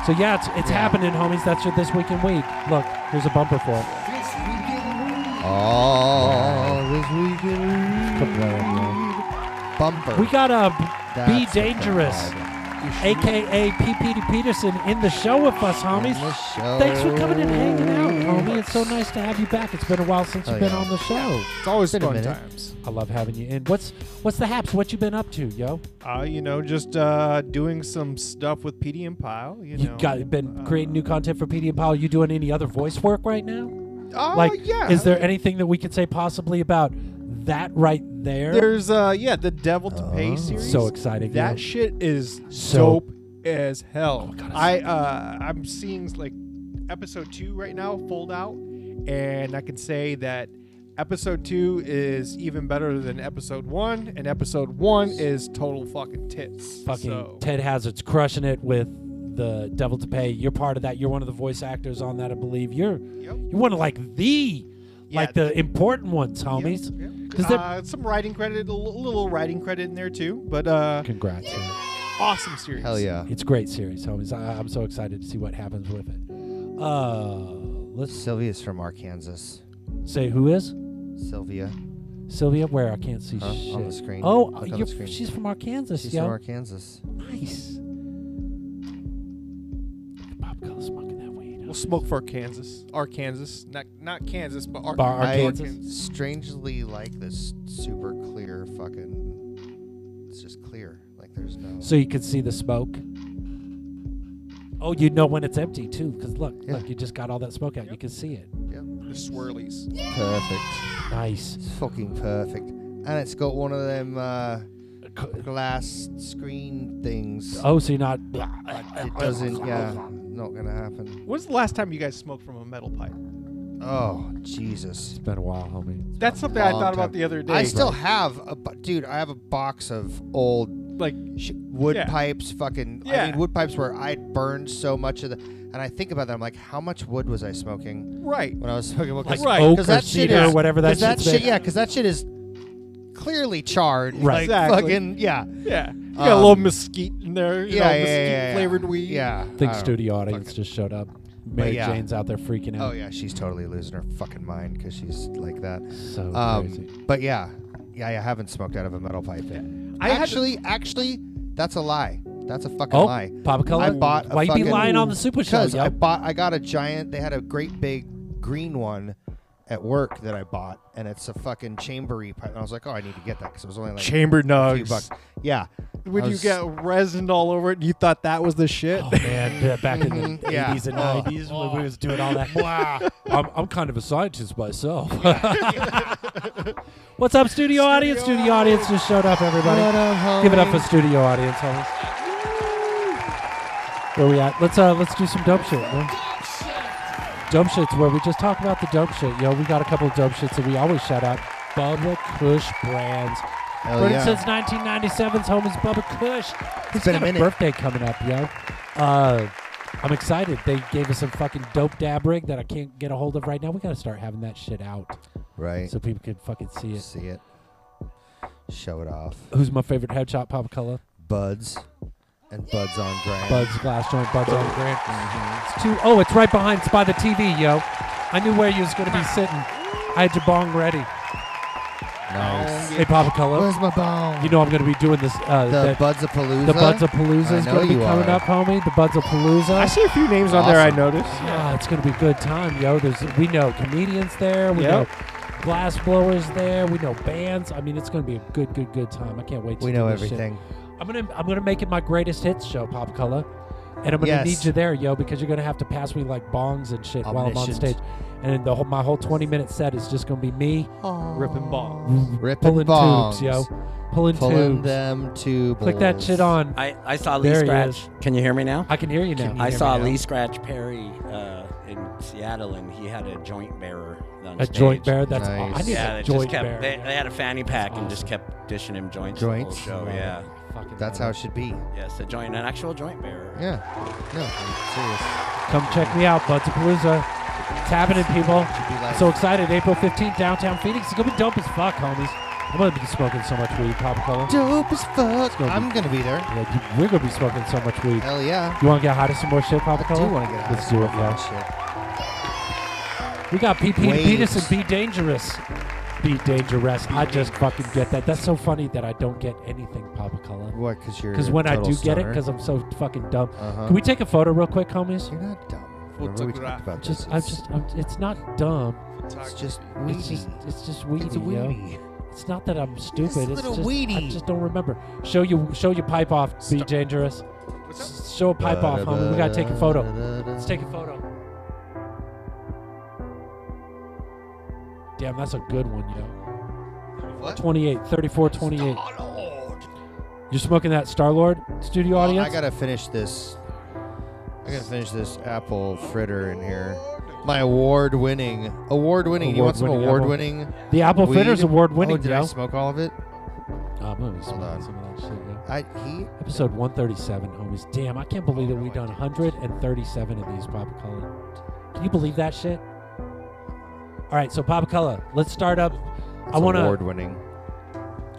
So yeah, it's, it's happening, homies. That's your this week in weed. Look, here's a bumper for it.
Oh, this weekend bumper.
We got a
That's
be
what they're
dangerous,
called.
aka PPD Peterson, in the show with us, homies.
the show.
Thanks for coming and hanging out, homie. It's so nice to have you back. It's been a while since
Oh,
you've been
yeah.
on the show.
It's always
Wait a
fun
minute.
times.
I love having you in. What's what's the haps? What you been up to, yo?
Uh, you know, just uh, doing some stuff with PD and Pyle. You,
You
know,
got been
uh,
creating new content for PD and Powell. You doing any other voice work right now?
Oh
like,
yeah.
is there anything that we could say possibly about that right there?
There's uh, yeah, the Devil to Pay
Oh.
series.
So exciting,
That
yeah.
shit is
So- Oh
dope as hell.
my God,
I uh, I'm seeing like episode two right now, fold out, and I can say that Episode two is even better than episode one, and episode one is total fucking tits.
Fucking
So,
Ted Hazard's crushing it with the Devil to Pay. You're part of that. You're one of the voice actors on that, I believe. You're you're one of like the like the important ones, homies. Because they're
uh, some writing credit, a l- little writing credit in there too, but uh,
congrats.
awesome series.
It's a great series, homies. I, I'm so excited to see what happens with it. Uh, let's
Sylvia's from Arkansas.
say who is
Sylvia.
Sylvia? Where I can't see
Huh? On
shit
the screen.
Oh,
Look on the
you're,
screen.
she's from Arkansas.
She's
yo.
from Arkansas.
Nice. Bob Cullis smoking that weed.
We'll smoke for Kansas, Arkansas, not not Kansas, but Ar-
I
Arkansas.
strangely like this super clear fucking. It's just clear. Like there's no.
So you can see the smoke. Oh, you know when it's empty too, because look,
Yeah.
look, you just got all that smoke out. You can see it.
The swirlies.
Perfect.
Nice.
It's fucking perfect. And it's got one of them uh, glass screen things.
Oh, so you're not.
It doesn't. Yeah, not gonna happen.
When's the last time you guys smoked from a metal pipe?
Oh Jesus.
It's been a while, homie.
That's something I
Long
thought about
time.
the other day.
I still have a bu- dude. I have a box of old
like
sh- wood
Yeah.
pipes. Fucking, I
Yeah.
mean, wood pipes where I burned so much of the. And I think about that. I'm like, how much wood was I smoking
right.
when I was smoking? Well, 'cause-
Like oak or
that shit
cedar or
is-
whatever that
'cause that
shit's
shit.
made.
Yeah, because that shit is clearly charred.
Right.
Like,
Exactly.
Fucking yeah. Um,
Yeah, you got a little mesquite in there. You
Yeah,
know,
yeah, yeah,
mesquite
yeah, yeah.
flavored weed.
Yeah.
I think
I don't-
studio audience just showed up. Mary
Oh, yeah.
Jane's out there freaking
Oh
out.
yeah, she's totally losing her fucking mind because she's like that.
So crazy.
Um, but yeah, yeah, I haven't smoked out of a metal pipe yet.
I had-
actually, actually, that's a lie. That's a fucking
Oh,
lie.
Papa Color?
I bought. A
Why you be
fucking,
lying on the Super Show,
'Cause I
yo?
bought. I got a giant. They had a great big green one at work that I bought, and it's a fucking chambery pipe. And I was like, oh, I need to get that because it was only like
Chamber
a few
nugs.
bucks. Yeah.
When
I
you
was-
get resin all over it, and you thought that was the shit.
Oh, Man, b- uh, back in the
Yeah.
80s and
Oh.
90s when we was doing all that. I'm, I'm kind of a scientist myself. What's up, studio audience? Studio audience just showed up, everybody.
What up, homie?
Give it up for studio audience, homies. Where we at? Let's uh, let's do some dope shit. Man. Dope shits where we just talk about the dope shit. Yo, we got a couple of dope shits that we always shout out. Bubba Kush brands.
Hell
Running
Oh, yeah.
since 1997's homies Bubba Kush. He's
been
got
a minute.
birthday coming up, yo. Uh, I'm excited. They gave us some fucking dope dab rig that I can't get a hold of right now. We gotta start having that shit out
Right.
so people can fucking see it.
See it. Show it off.
Who's my favorite headshot pop color?
Buds. And buds on grand.
Bud's glass joint, Bud's on Grant. It's two oh, it's right behind. It's by the TV, yo. I knew where you was gonna be sitting. I had your bong ready.
Nice.
Hey, Papa Color.
Where's my bone?
You know I'm gonna be doing this. Uh,
the
that-
buds of palooza.
the Buds of Palooza is
I know
gonna be
you
coming
are.
up, homie. The Buds of Palooza.
I see a few names on there. I
Awesome.
noticed.
Ah, it's gonna be a good time, yo. There's we know comedians there, we
Yep.
know glass blowers there, we know bands. I mean, it's gonna be a good, good, good time. I can't wait. To
We
do
know
this shit.
everything.
I'm gonna I'm gonna make it my greatest hits show, Pop Color, and I'm gonna
Yes.
need you there, yo, because you're gonna have to pass me like bongs and shit while I'm on
Omniscient.
stage, and the whole, my whole 20 minute set is just gonna be me
Ripping ball.
Ripping
pulling
bongs.
tubes, yo, pulling,
Pulling
tubes.
them tubes.
Click that shit on.
I, I saw Lee
There he
Scratch.
is.
Can you hear me now?
I can hear you now.
I saw
now?
Lee Scratch Perry uh, in Seattle, and he had a joint bearer. On
a
stage.
joint bear. That's
Nice.
aw- I need
Yeah,
a
they
joint
just kept.
bear.
They, they had a fanny pack and just
awesome.
kept dishing him joints.
Joints?
The whole show. Yeah.
Fucking
Oh, That's how it should be.
Yes, a joint, an actual joint bearer.
Yeah. No, I'm serious.
Come check me out, Budsapalooza. It's happening, people.
be live.
So excited. April 15th, downtown Phoenix. It's going to be dope as fuck, homies. I'm going to be smoking so much weed, Pop Color.
Dope as fuck.
gonna be-
I'm gonna be there.
Like, you- we're going to be smoking so much weed.
Hell yeah.
You want to get high to some more shit, Pop
I
Color?
do want to get out
Let's
of
do it,
fucking
yeah.
shit.
We got PP to beat us
Waves.
and
Oh,
be dangerous. Be dangerous. I just fucking get that. That's so funny that I don't get anything, Papa Color.
What? Because you're.
Because
a
when I
total
do get it,
stoner?
because I'm so fucking dumb.
Uh-huh.
Can we take a photo real quick, homies?
You're not dumb. Remember we
Photograph.
talked about
Just,
this.
I'm
It's-
just, I'm, it's not dumb.
It's just
It's just,
weedy.
it's just weedy.
It's a
yo.
weedy.
It's not that I'm stupid.
It's a little
just, I
weedy.
just don't remember. Show you, show your pipe off. Be dangerous. S- Show a pipe off, homie. We gotta take a photo. Let's take a photo. Damn, that's a good one, yo.
What?
28, 34, 28. You're smoking that Star Lord studio
Well,
audience.
I gotta finish this. I gotta finish this apple fritter in here. My award-winning, award-winning. You want some
Award-winning
award-winning?
apple. The apple
weed?
fitter's award-winning,
Oh, did
yo.
I smoke all of it?
Uh, I'm gonna
Hold on.
some of that shit. Yeah.
I he Oh,
Episode 137, homies. Damn, I can't believe that we've done 137 of these Papa Color. Can you believe that shit? All right, so Papa Color, let's start up. I want to.
award-winning.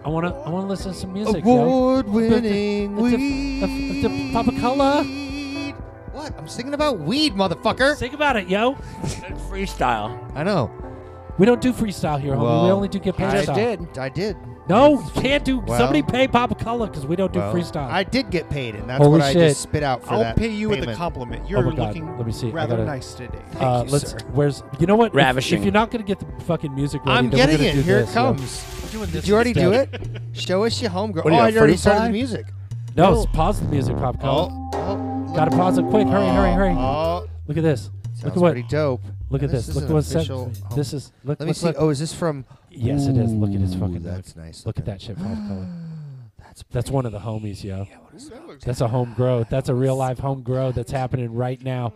I want to. I want to listen to some music. yo.
Award-winning
But the-
weed.
the- the- the- the Papa Color.
What? I'm singing about weed, motherfucker.
Think about it, yo.
Freestyle.
I know.
We don't do freestyle here, homie.
Well,
we only do get
I
paid.
did. I did.
No, you can't do.
Well-
somebody pay Papa Color because we don't do
Well,
freestyle.
I did get paid, and that's
Holy
what I
shit.
just spit out for
I'll
that
pay you with a
payment.
compliment. You're
oh my God.
looking
Let me see. I
rather
gotta-
nice today.
uh,
you,
let's.
sir.
Where's? You know what? If- If,
Ravishing.
you're not gonna get the fucking music ready,
I'm
then we're
getting
gonna
it.
do
Here it
this, yo.
comes.
Doing
Did
this
you already do
instead.
it? Show us your homegirl.
What do
Oh,
you
I
got,
already
fruit
started
fly?
the music.
No,
No.
it's pause the music, Pop Color.
Oh, oh, look.
Gotta pause it quick. Hurry, hurry, hurry.
Oh,
Look at this.
sounds
look at what.
pretty dope.
Look at
And
this.
is
Look at
an
what's set.
official home-
This is. Look,
Let me
look,
see.
look.
Oh, is this from?
Yes, it is. Look at his
Ooh,
fucking.
That's
note.
nice.
Look at
looking.
that shit, Pop Color.
That's
That's one of the homies, yo.
That looks
That's a home grow. That's a real life home grow that's happening right now.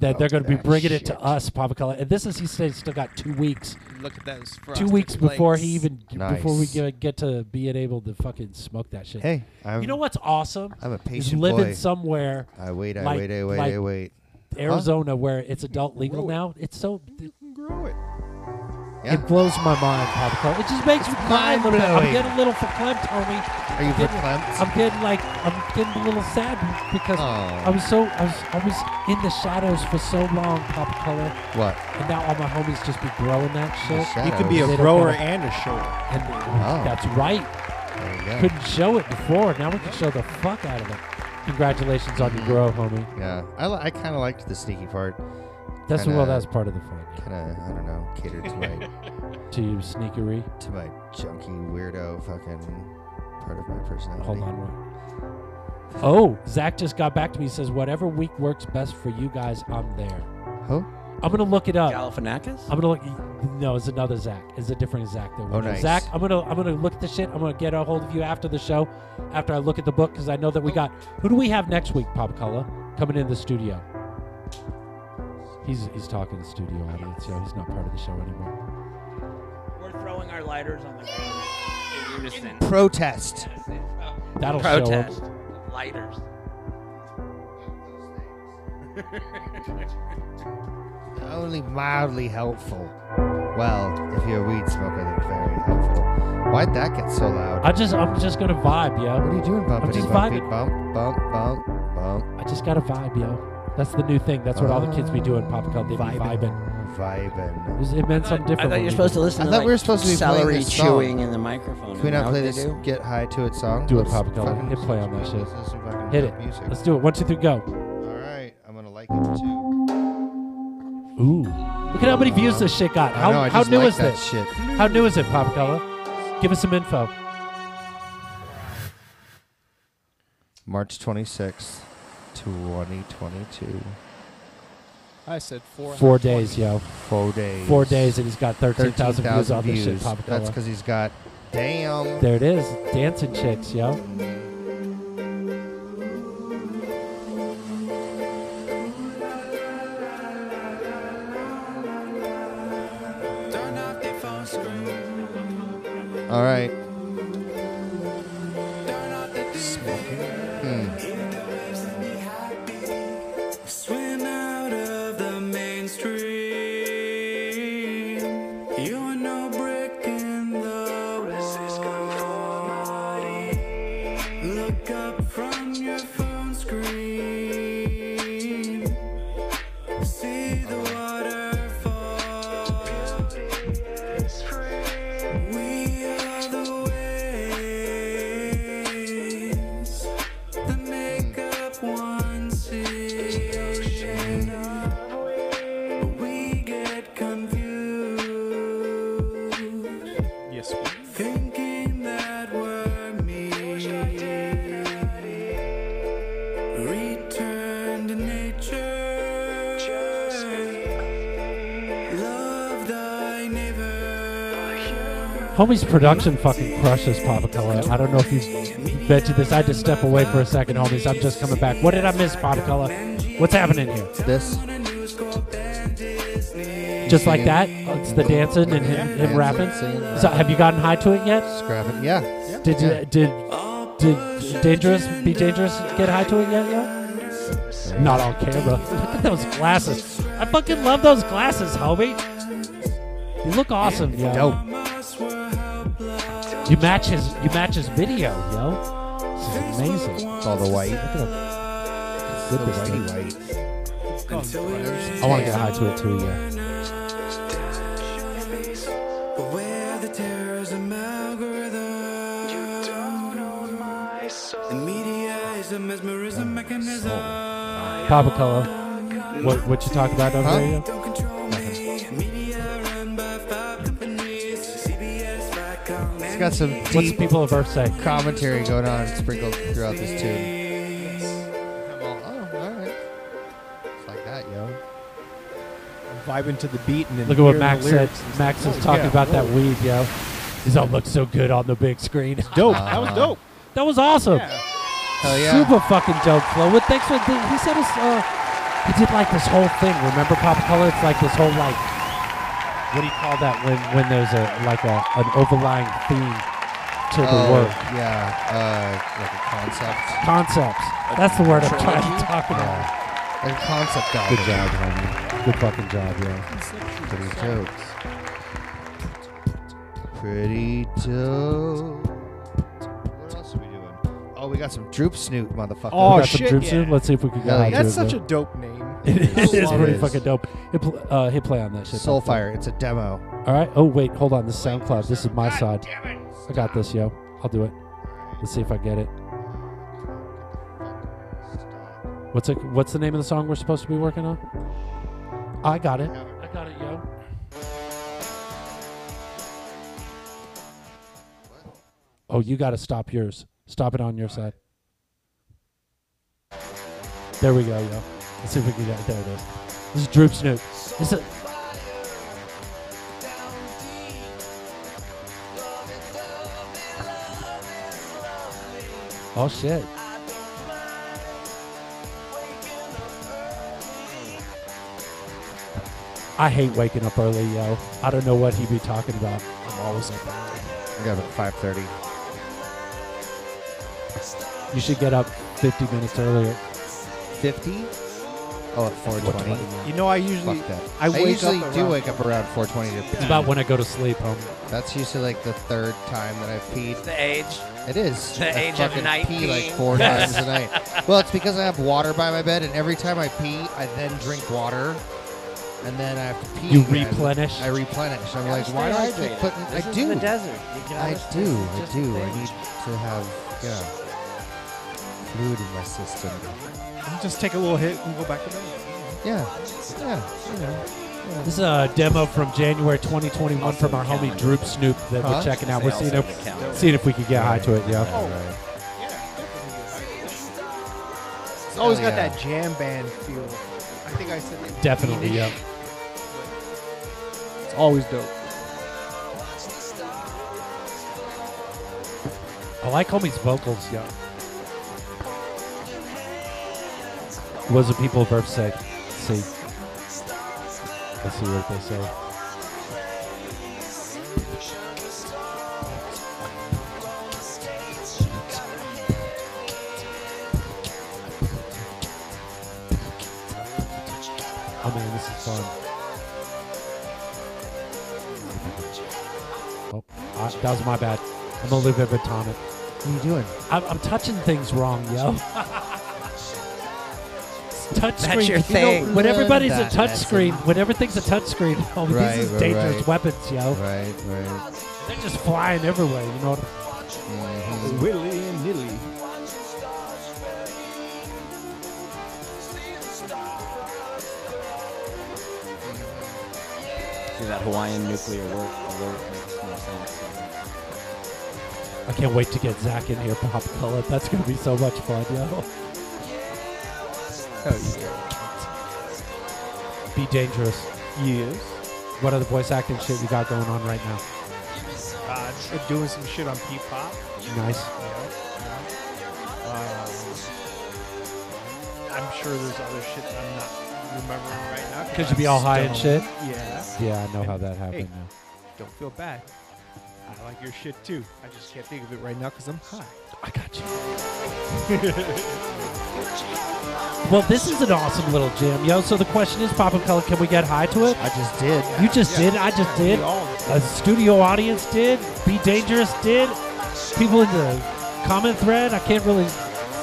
That they're going to be bringing it to us, Papa Color. And this is he said he's still got two weeks.
Look at those
Two
frosted
weeks before he
flakes.
even before we
Nice.
get, get to being able to fucking smoke that shit.
Hey, I'm,
you know what's awesome?
I'm a
Is
patient
living
boy.
somewhere
I wait. I
like-
wait. I wait.
like
I wait.
Arizona where it's adult legal
Grow it.
now. It's so it,
You can grow it.
Yeah.
blows my mind, Papa Color. It just makes me cry a little bit. I'm
mind-blowing.
getting a little verklempt, homie.
Are you
I'm getting-
verklempt?
I'm getting like I'm getting a little sad because
Aw.
I was so I was I was in the shadows for so long, Papa Color,
What?
and now all my homies just be growing that
The
shit.
You
shadows.
can be
They
a
don't
grower
gotta-
and a shower.
And
Oh.
that's right.
There you go.
Couldn't show it before. Now we can show the fuck out of it. Congratulations on
Mm-hmm.
your grow, homie.
Yeah, I, li- I kind of liked the sneaky part.
That's
Kinda-
well, that's part of the fun. yeah.
Kind of, I don't know, catered to my
To you, sneakery.
to my junky weirdo fucking part of my personality.
Hold on. One. Oh, Zach just got back to me. He says, whatever week works best for you guys, I'm there.
Who?
I'm going to look it up.
Galifianakis?
I'm going to look. No, it's another Zach. It's a different Zach. That we
Oh,
know.
nice.
Zach, I'm going to I'm gonna look at the shit. I'm going to get a hold of you after the show, after I look at the book, because I know that we got. Who do we have next week, Pop Color, coming in the studio? He's, he's talking to the studio audience, yo. He's not part of the show anymore.
We're throwing our lighters on the ground in unison.
Protest.
That'll show
Protest.
him.
Lighters.
Only mildly helpful. Well, if you're a weed smoker, then very helpful. Why'd that get so loud?
I just, I'm just going to vibe, yo.
what are you doing, bumpity
just
bumpy?
vibing.
Bump, bump, bump, bump.
I just got a vibe, yo. That's the new thing. That's what all the kids
Ah.
be doing, Pop Cup. They be vibing. It,
Vibing.
was- it meant something
I thought
different. when
you
we
were supposed
did
to
it.
listen
I
to
thought
like,
we were supposed to be playing
celery
this song.
chewing in the microphone.
Can we
Is that
not
what
play
they
this
do?
Get High to Its song?
Do it,
Let's
Papa Color.
fucking
Hit play on that shit.
listen to some fucking
Hit
dope
it.
Music.
Let's do it. One, two, three, go.
All right, I'm gonna like it too.
Ooh. Look at how many views this shit got. How,
I know, I
how
just
new
like
is
that
this?
shit.
How new is it, Pop Color? Give us some info.
March 26th, 2022.
I said four.
Four days, yo.
Four days.
Four days, and he's got 13,000 views
13,000
on this shit,
views.
Pop
That's
Color.
because he's got. Damn.
There it is. Dancing chicks, yo.
All right. Smoking. Hmm.
Swim out of the mainstream. You are no brick in the wall. Look up from your phone screen. See the waterfall. We are the waves that make up one sea. We get confused.
Yes. we-
Thinking that were me. Return to nature. Love thy neighbor.
Homie's production fucking crushes Papa Color. I don't know if you've been to this. I had to step away for a second, homies. I'm just coming back. What did I miss, Papa Color? What's happening here?
This.
just like that. It's the dancing and him, him rapping. So have you gotten high to it yet?
Scrapping, yeah.
Did you, did did dangerous be dangerous get high to it yet? Yo? Not on camera. Look at those glasses. I fucking love those glasses, homie. You look awesome, yo. You match his you match his video, yo. This is amazing. It's
all the white.
Look at how good this
whitey
thing-
white.
I want to get high to it too, yeah. Papa Color. What what you talk about over
Huh?
there? yo?
It's got some deep
What's people of Earth say?
commentary going on sprinkled throughout this tune. It's like that, yo.
Vibing to the beat and then
Look at what
hearing the
Max said.
lyrics.
Max was
Oh,
talking
yeah.
about that
Whoa.
weed, yo. These all look so good on the big screen.
Dope. That was dope.
That was awesome.
Uh-huh. Hell yeah.
Super fucking dope, Flo. What thanks for the, he said us uh he did like this whole thing. Remember Pop Color? It's like this whole like what do you call that when when there's a like a an overlying theme to the
Oh,
work.
Yeah, uh, like a concept.
Concepts. That's the word I'm trying to talk about.
Yeah. Like a concept album.
Good job, homie. Good fucking job, yeah.
Pretty jokes. Pretty dope. What else are we doing? Oh, we got some Droop Snoot, motherfucker.
Oh, got some shit, Droop Snoot? yeah. Let's see if we can get on
That's
Droop
such a
Snoot.
dope name.
It is
Love
pretty
it.
fucking dope. Hit, pl- uh, hit play on that shit.
Soulfire. It's a demo.
All right. Oh wait, hold on. This is SoundCloud. This is my side. I got this, yo. I'll do it. Let's see if I get it. What's it? What's the name of the song we're supposed to be working on? I got it. I got it, yo. Oh, you got to stop yours. Stop it on your side. There we go, yo. Let's see if we can get it. There it is. This is Droop Snoop. This is. Oh shit. I hate waking up early, yo. I don't know what he be talking about. I'm always up early.
I got it at 5:30.
You should get up 50 minutes earlier.
50? Oh, at 4:20.
You know, I usually
Fuck that.
I, wake
usually
up
do
around-
wake up around 4:20 to.
It's about when I go to sleep, homie.
That's usually like the third time that I've peed.
The age.
It is.
The
I
age of
fucking
night
pee like
peeing.
four times a night. Well, it's because I have water by my bed, and every time I pee, I then drink water, and then I have to pee.
You
again.
replenish?
I replenish. I'm like,
stay
why do I keep
hydrated.
putting?
This
I
is
do.
the desert. You can
I
always-
do.
this is
I
just
do.
the
I
thing.
need to have yeah fluid in my system.
Just take a little hit and go back to bed.
Yeah. Yeah. You know. yeah.
This is a demo from January 2021 from our homie Droop Snoop that
Huh?
we're checking out.
They
We're
also
seeing
have
if,
a calendar. Oh.
seeing if we could get high to it, yeah.
Oh.
Oh,
Right.
It's always
Hell
got
yeah.
that jam band feel. I think I said that.
Definitely, yeah.
It's always dope.
I like homie's vocals, yo. What does the people of Earth say? See. Let's see what they say. Oh man, this is fun. Oh, I, that was my bad. I'm a little bit of a tonic.
What are you doing?
I'm, I'm touching things wrong, yo. touch
That's
screen.
your
you
thing.
Know, when
Learn
everybody's
that
a touch
lesson.
screen, when everything's a touch screen, oh,
Right,
these is
right,
dangerous
right.
weapons, yo.
Right. Right.
They're just flying everywhere, you know. what
Mhm.
Willy nilly.
See that Hawaiian nuclear work alert makes no sense.
I can't wait to get Zach in here, Pop Color. That's gonna be so much fun, yo.
Oh, yeah.
Be dangerous. Yes. What other voice acting shit you got going on right now?
Uh, just doing some shit on P Pop.
Nice.
Um, I'm sure there's other shit that I'm not remember right now.
Could you
I'm
be all high and
stoned.
shit?
Yeah.
Yeah, I know how that
Hey,
happened.
don't feel bad. I like your shit too. I just can't think of it right now because I'm high.
I got Well, this is an awesome little gym, yo. So the question is, Pop and Color, can we get high to it? I
just did.
You just
Yeah.
did. I just
We
did.
all
A studio audience did. Be Dangerous did. People in the comment thread. I can't really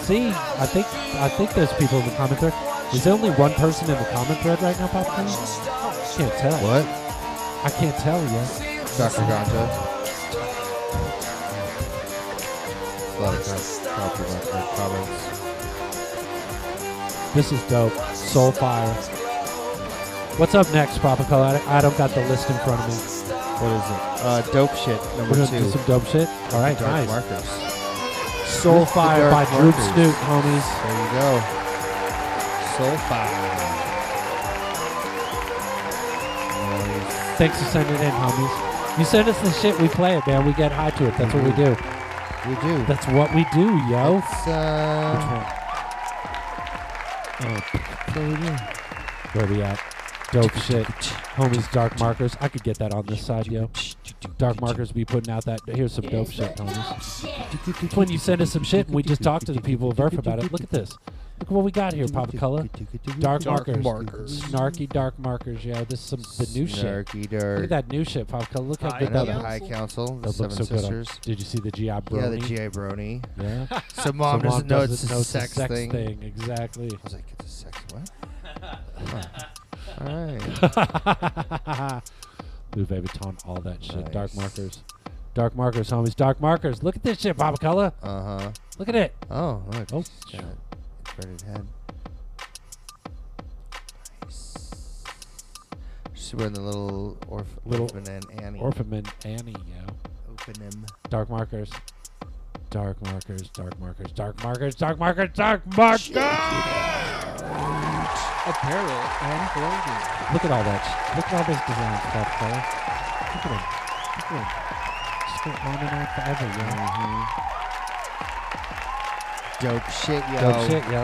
see. I think I think there's people in the comment thread. Is there only one person in the comment thread right now, Pop and Color? I can't tell.
What?
I can't tell yet.
Dr. Ganja. A lot of com- copyright uh, comments.
This is dope. Soul Fire. What's up next, Papa Color? I, I don't got the list in front of me.
What is it? Uh, dope shit. Number
We're gonna
two.
do some dope shit. All right,
Dark
nice.
Markers.
Soul Fire by
Dark
Droop
Markers.
Snoot, homies.
There you go. Soul Fire.
Thanks for sending it in, homies. You send us the shit, we play it, man. We get high to it. That's what we do.
Mm-hmm. We do.
That's what we do, yo.
It's, uh, Oh,
Where we at? Dope shit. Homies, Dark Markers. I could get that on this side, yo. Dark Markers be putting out that. Here's some dope shit, homies. It's when you send us some shit and we just talk to the people of Earth about it. Look at this. Look at what we got here, Papa Color. Dark,
Dark
markers.
markers.
Snarky dark markers, yo. This is some the new
Snarky
shit.
dark.
Look at that new shit, Papa Color. Look how
High
good that
Council.
looks.
High Council, the
That
Seven
looks so good on-
Sisters.
Did you see the GI Brony?
Yeah, the GI Brony.
Yeah.
So mom doesn't know it's a sex thing.
Exactly.
I was like, it's a sex what?
Blue Vuitton, all that shit. Dark
Nice.
markers. Dark markers, homies. Dark markers. Look at this shit, Papa Color.
Uh huh.
Look at it.
Oh, look.
Oh,
it's got a inverted head. Nice. She's wearing the little orph-
Little
orphan and Annie.
Orphaman Annie, yo.
Open him.
Dark markers. Dark markers, dark markers, dark markers, dark markers, dark markers!
Apparel and clothing.
Look at all that. sh- Look at all this design stuff, fella. Look at him. Look at him. Just go on and on forever, yo.
Mm-hmm. Dope shit, yo.
Dope shit, yo.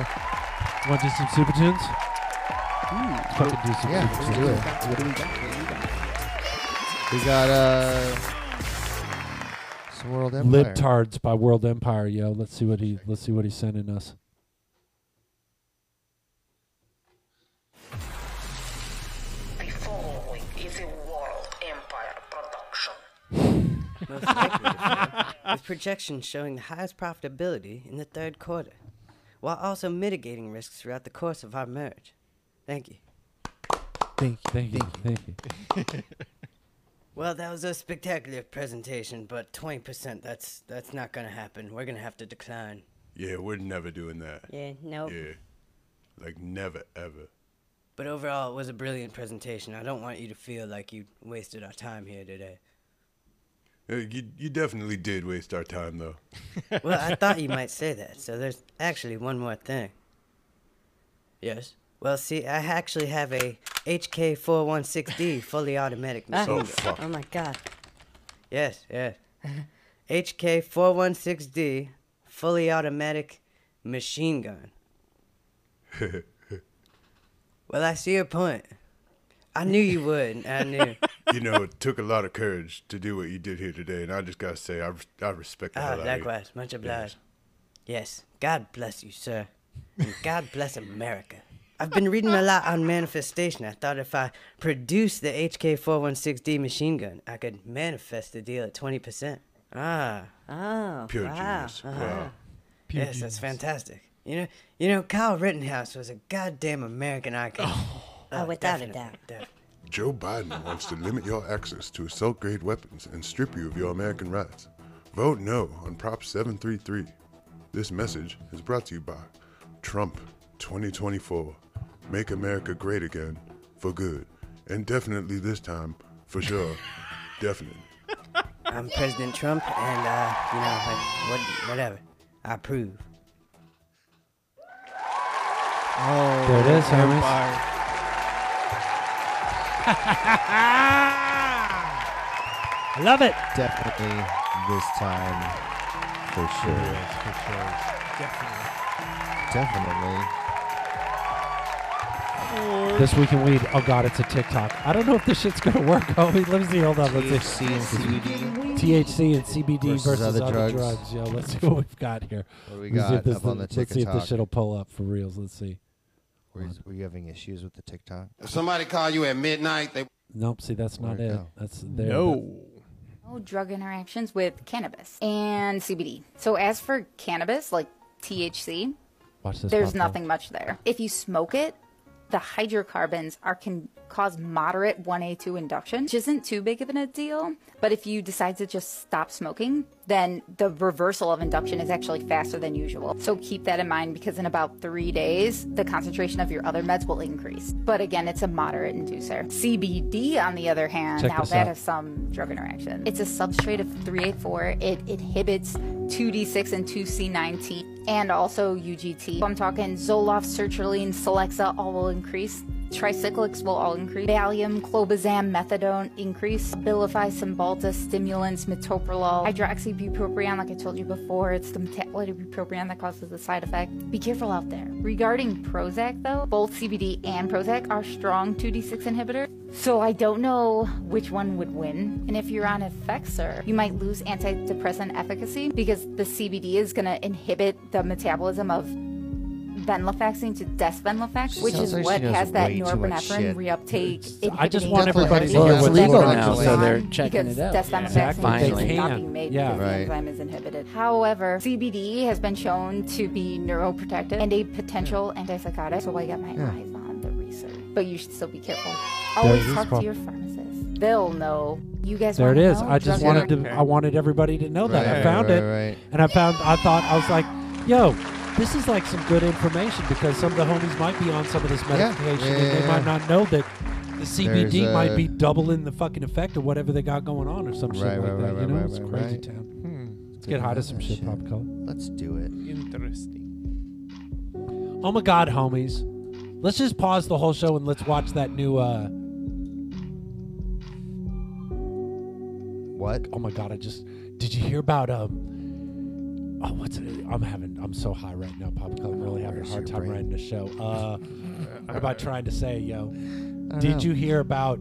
Want to do some Super Tunes? Let's fucking do some
Yeah,
Super Tunes.
let's do it.
What do we got? What do we got?
We got uh, some World Empire.
Libtards by World Empire, yo. Let's see what he let's see what he's sending us.
The following is a World Empire production.
Most likely to fail, with projections showing the highest profitability in the third quarter, while also mitigating risks throughout the course of our merge. Thank you.
Thank you, thank you, thank you.
Well, that was a spectacular presentation, but 20%, that's that's not going to happen. We're going to have to decline.
Yeah, we're never doing that.
Yeah, nope.
Yeah. Like never ever.
But overall, it was a brilliant presentation. I don't want you to feel like you wasted our time here today.
Uh, You you definitely did waste our time though.
Well, I thought you might say that, so there's actually one more thing. Yes? Well, see, I actually have a HK416D fully automatic
Ah.
machine.
Oh,
gun.
fuck. Oh,
my god. Yes, yes. HK416D fully automatic machine gun. Well, I see your point. I knew you would. I knew.
you know, it took a lot of courage to do what you did here today, and I just gotta say, I, res- I respect the
Ah,
hell out of you.
likewise. Much obliged. Yes. God bless you, sir. And God bless America. I've been reading a lot on manifestation. I thought if I produced the HK416D machine gun, I could manifest the deal at 20%. Ah. Oh.
Pure wow. genius. Wow. Pure
yes, that's fantastic. You know, you know, Kyle Rittenhouse was a goddamn American icon. Oh,
without a
definitely,
doubt.
definitely.
Joe Biden wants to limit your access to assault grade weapons and strip you of your American rights. Vote no on Prop 733. This message is brought to you by Trump 2024. Make America great again for good. And definitely this time for sure. definitely.
I'm President Trump, and uh, you know, like, what, whatever. I approve.
Oh,
There it is, homies. Love it.
Definitely this time for sure.
Definitely.
Definitely.
This week in weed. Oh god, it's a TikTok. I don't know if this shit's gonna work. Oh, wait, let me see. Hold on. Let's see. THC and CBD versus, other, drugs. Yeah, let's see what we've got here.
What do we
Let's see if
got
this-
up on the
Let's see if this
TikTok?
shit'll pull up for reals. Let's see.
Were you, were you having issues with the TikTok?
If somebody call you at midnight, they
Nope. See, that's not it. That's there.
No drug interactions with cannabis and CBD. So, as for cannabis, like THC,
Watch this.
there's
pop up.
nothing much there. If you smoke it, the hydrocarbons are can cause moderate 1A2 induction, which isn't too big of a deal. But if you decide to just stop smoking, then the reversal of induction is actually faster than usual. So keep that in mind because in about three days, the concentration of your other meds will increase. But again, it's a moderate inducer. CBD, on the other hand,
Check
now
this
that
out.
has some drug interaction. It's a substrate of 384. It inhibits 2D6 and 2C9T and also UGT. I'm talking Zoloft, Sertraline, Celexa all will increase. Tricyclics will all increase. Valium, clobazam, methadone increase. Abilify, Cymbalta, stimulants, metoprolol, hydroxybupropion. Like I told you before, it's the metabolibupropion that causes the side effect. Be careful out there. Regarding Prozac, though, both CBD and Prozac are strong 2D6 inhibitors. So I don't know which one would win. And if you're on Effexor, you might lose antidepressant efficacy because the CBD is going to inhibit the metabolism of venlafaxine to desvenlafaxine,
She
which
sounds
is
like
what
she knows
has that
way too much
norepinephrine
shit.
reuptake.
I just
inhibiting
want
the
everybody to
ability
hear
of desvenlafaxine
what's going on, so
they're checking
because
it out.
Desvenlafaxine
Exactly.
does
They
not be
can.
made
Yeah.
because
Right.
the enzyme is inhibited. However, CBD has been shown to be neuroprotective and a potential antipsychotic. So I got my
Yeah.
eyes on the research, but you should still be careful.
There
Always
it is,
talk
Bob.
to your pharmacist. They'll know. You guys.
There it
wanna
is.
know?
I just
Drug
wanted
dealer.
to. I wanted everybody to know that. I
Right,
found
right,
it,
right.
and I found. I thought I was like, "Yo, this is like some good information because some of the homies might be on some of this medication,
yeah,
and they
yeah,
might
yeah.
not know that the CBD
There's,
might
uh,
be doubling the fucking effect of whatever they got going on or some shit
Right,
like
right,
that.
right,
you know,
right,
it's
right,
crazy
right.
town. Let's
Didn't
get high
know
to some
that
shit, pop color.
Let's do it.
Interesting.
Oh my god, homies! Let's just pause the whole show and let's watch that new. uh
What?
Oh my god! I just did you hear about um? Oh, what's it? I'm having. I'm so high right now, Papa. I'm really having a hard time writing the show. Uh, what about trying to say, yo?
don't
Did
know.
you hear about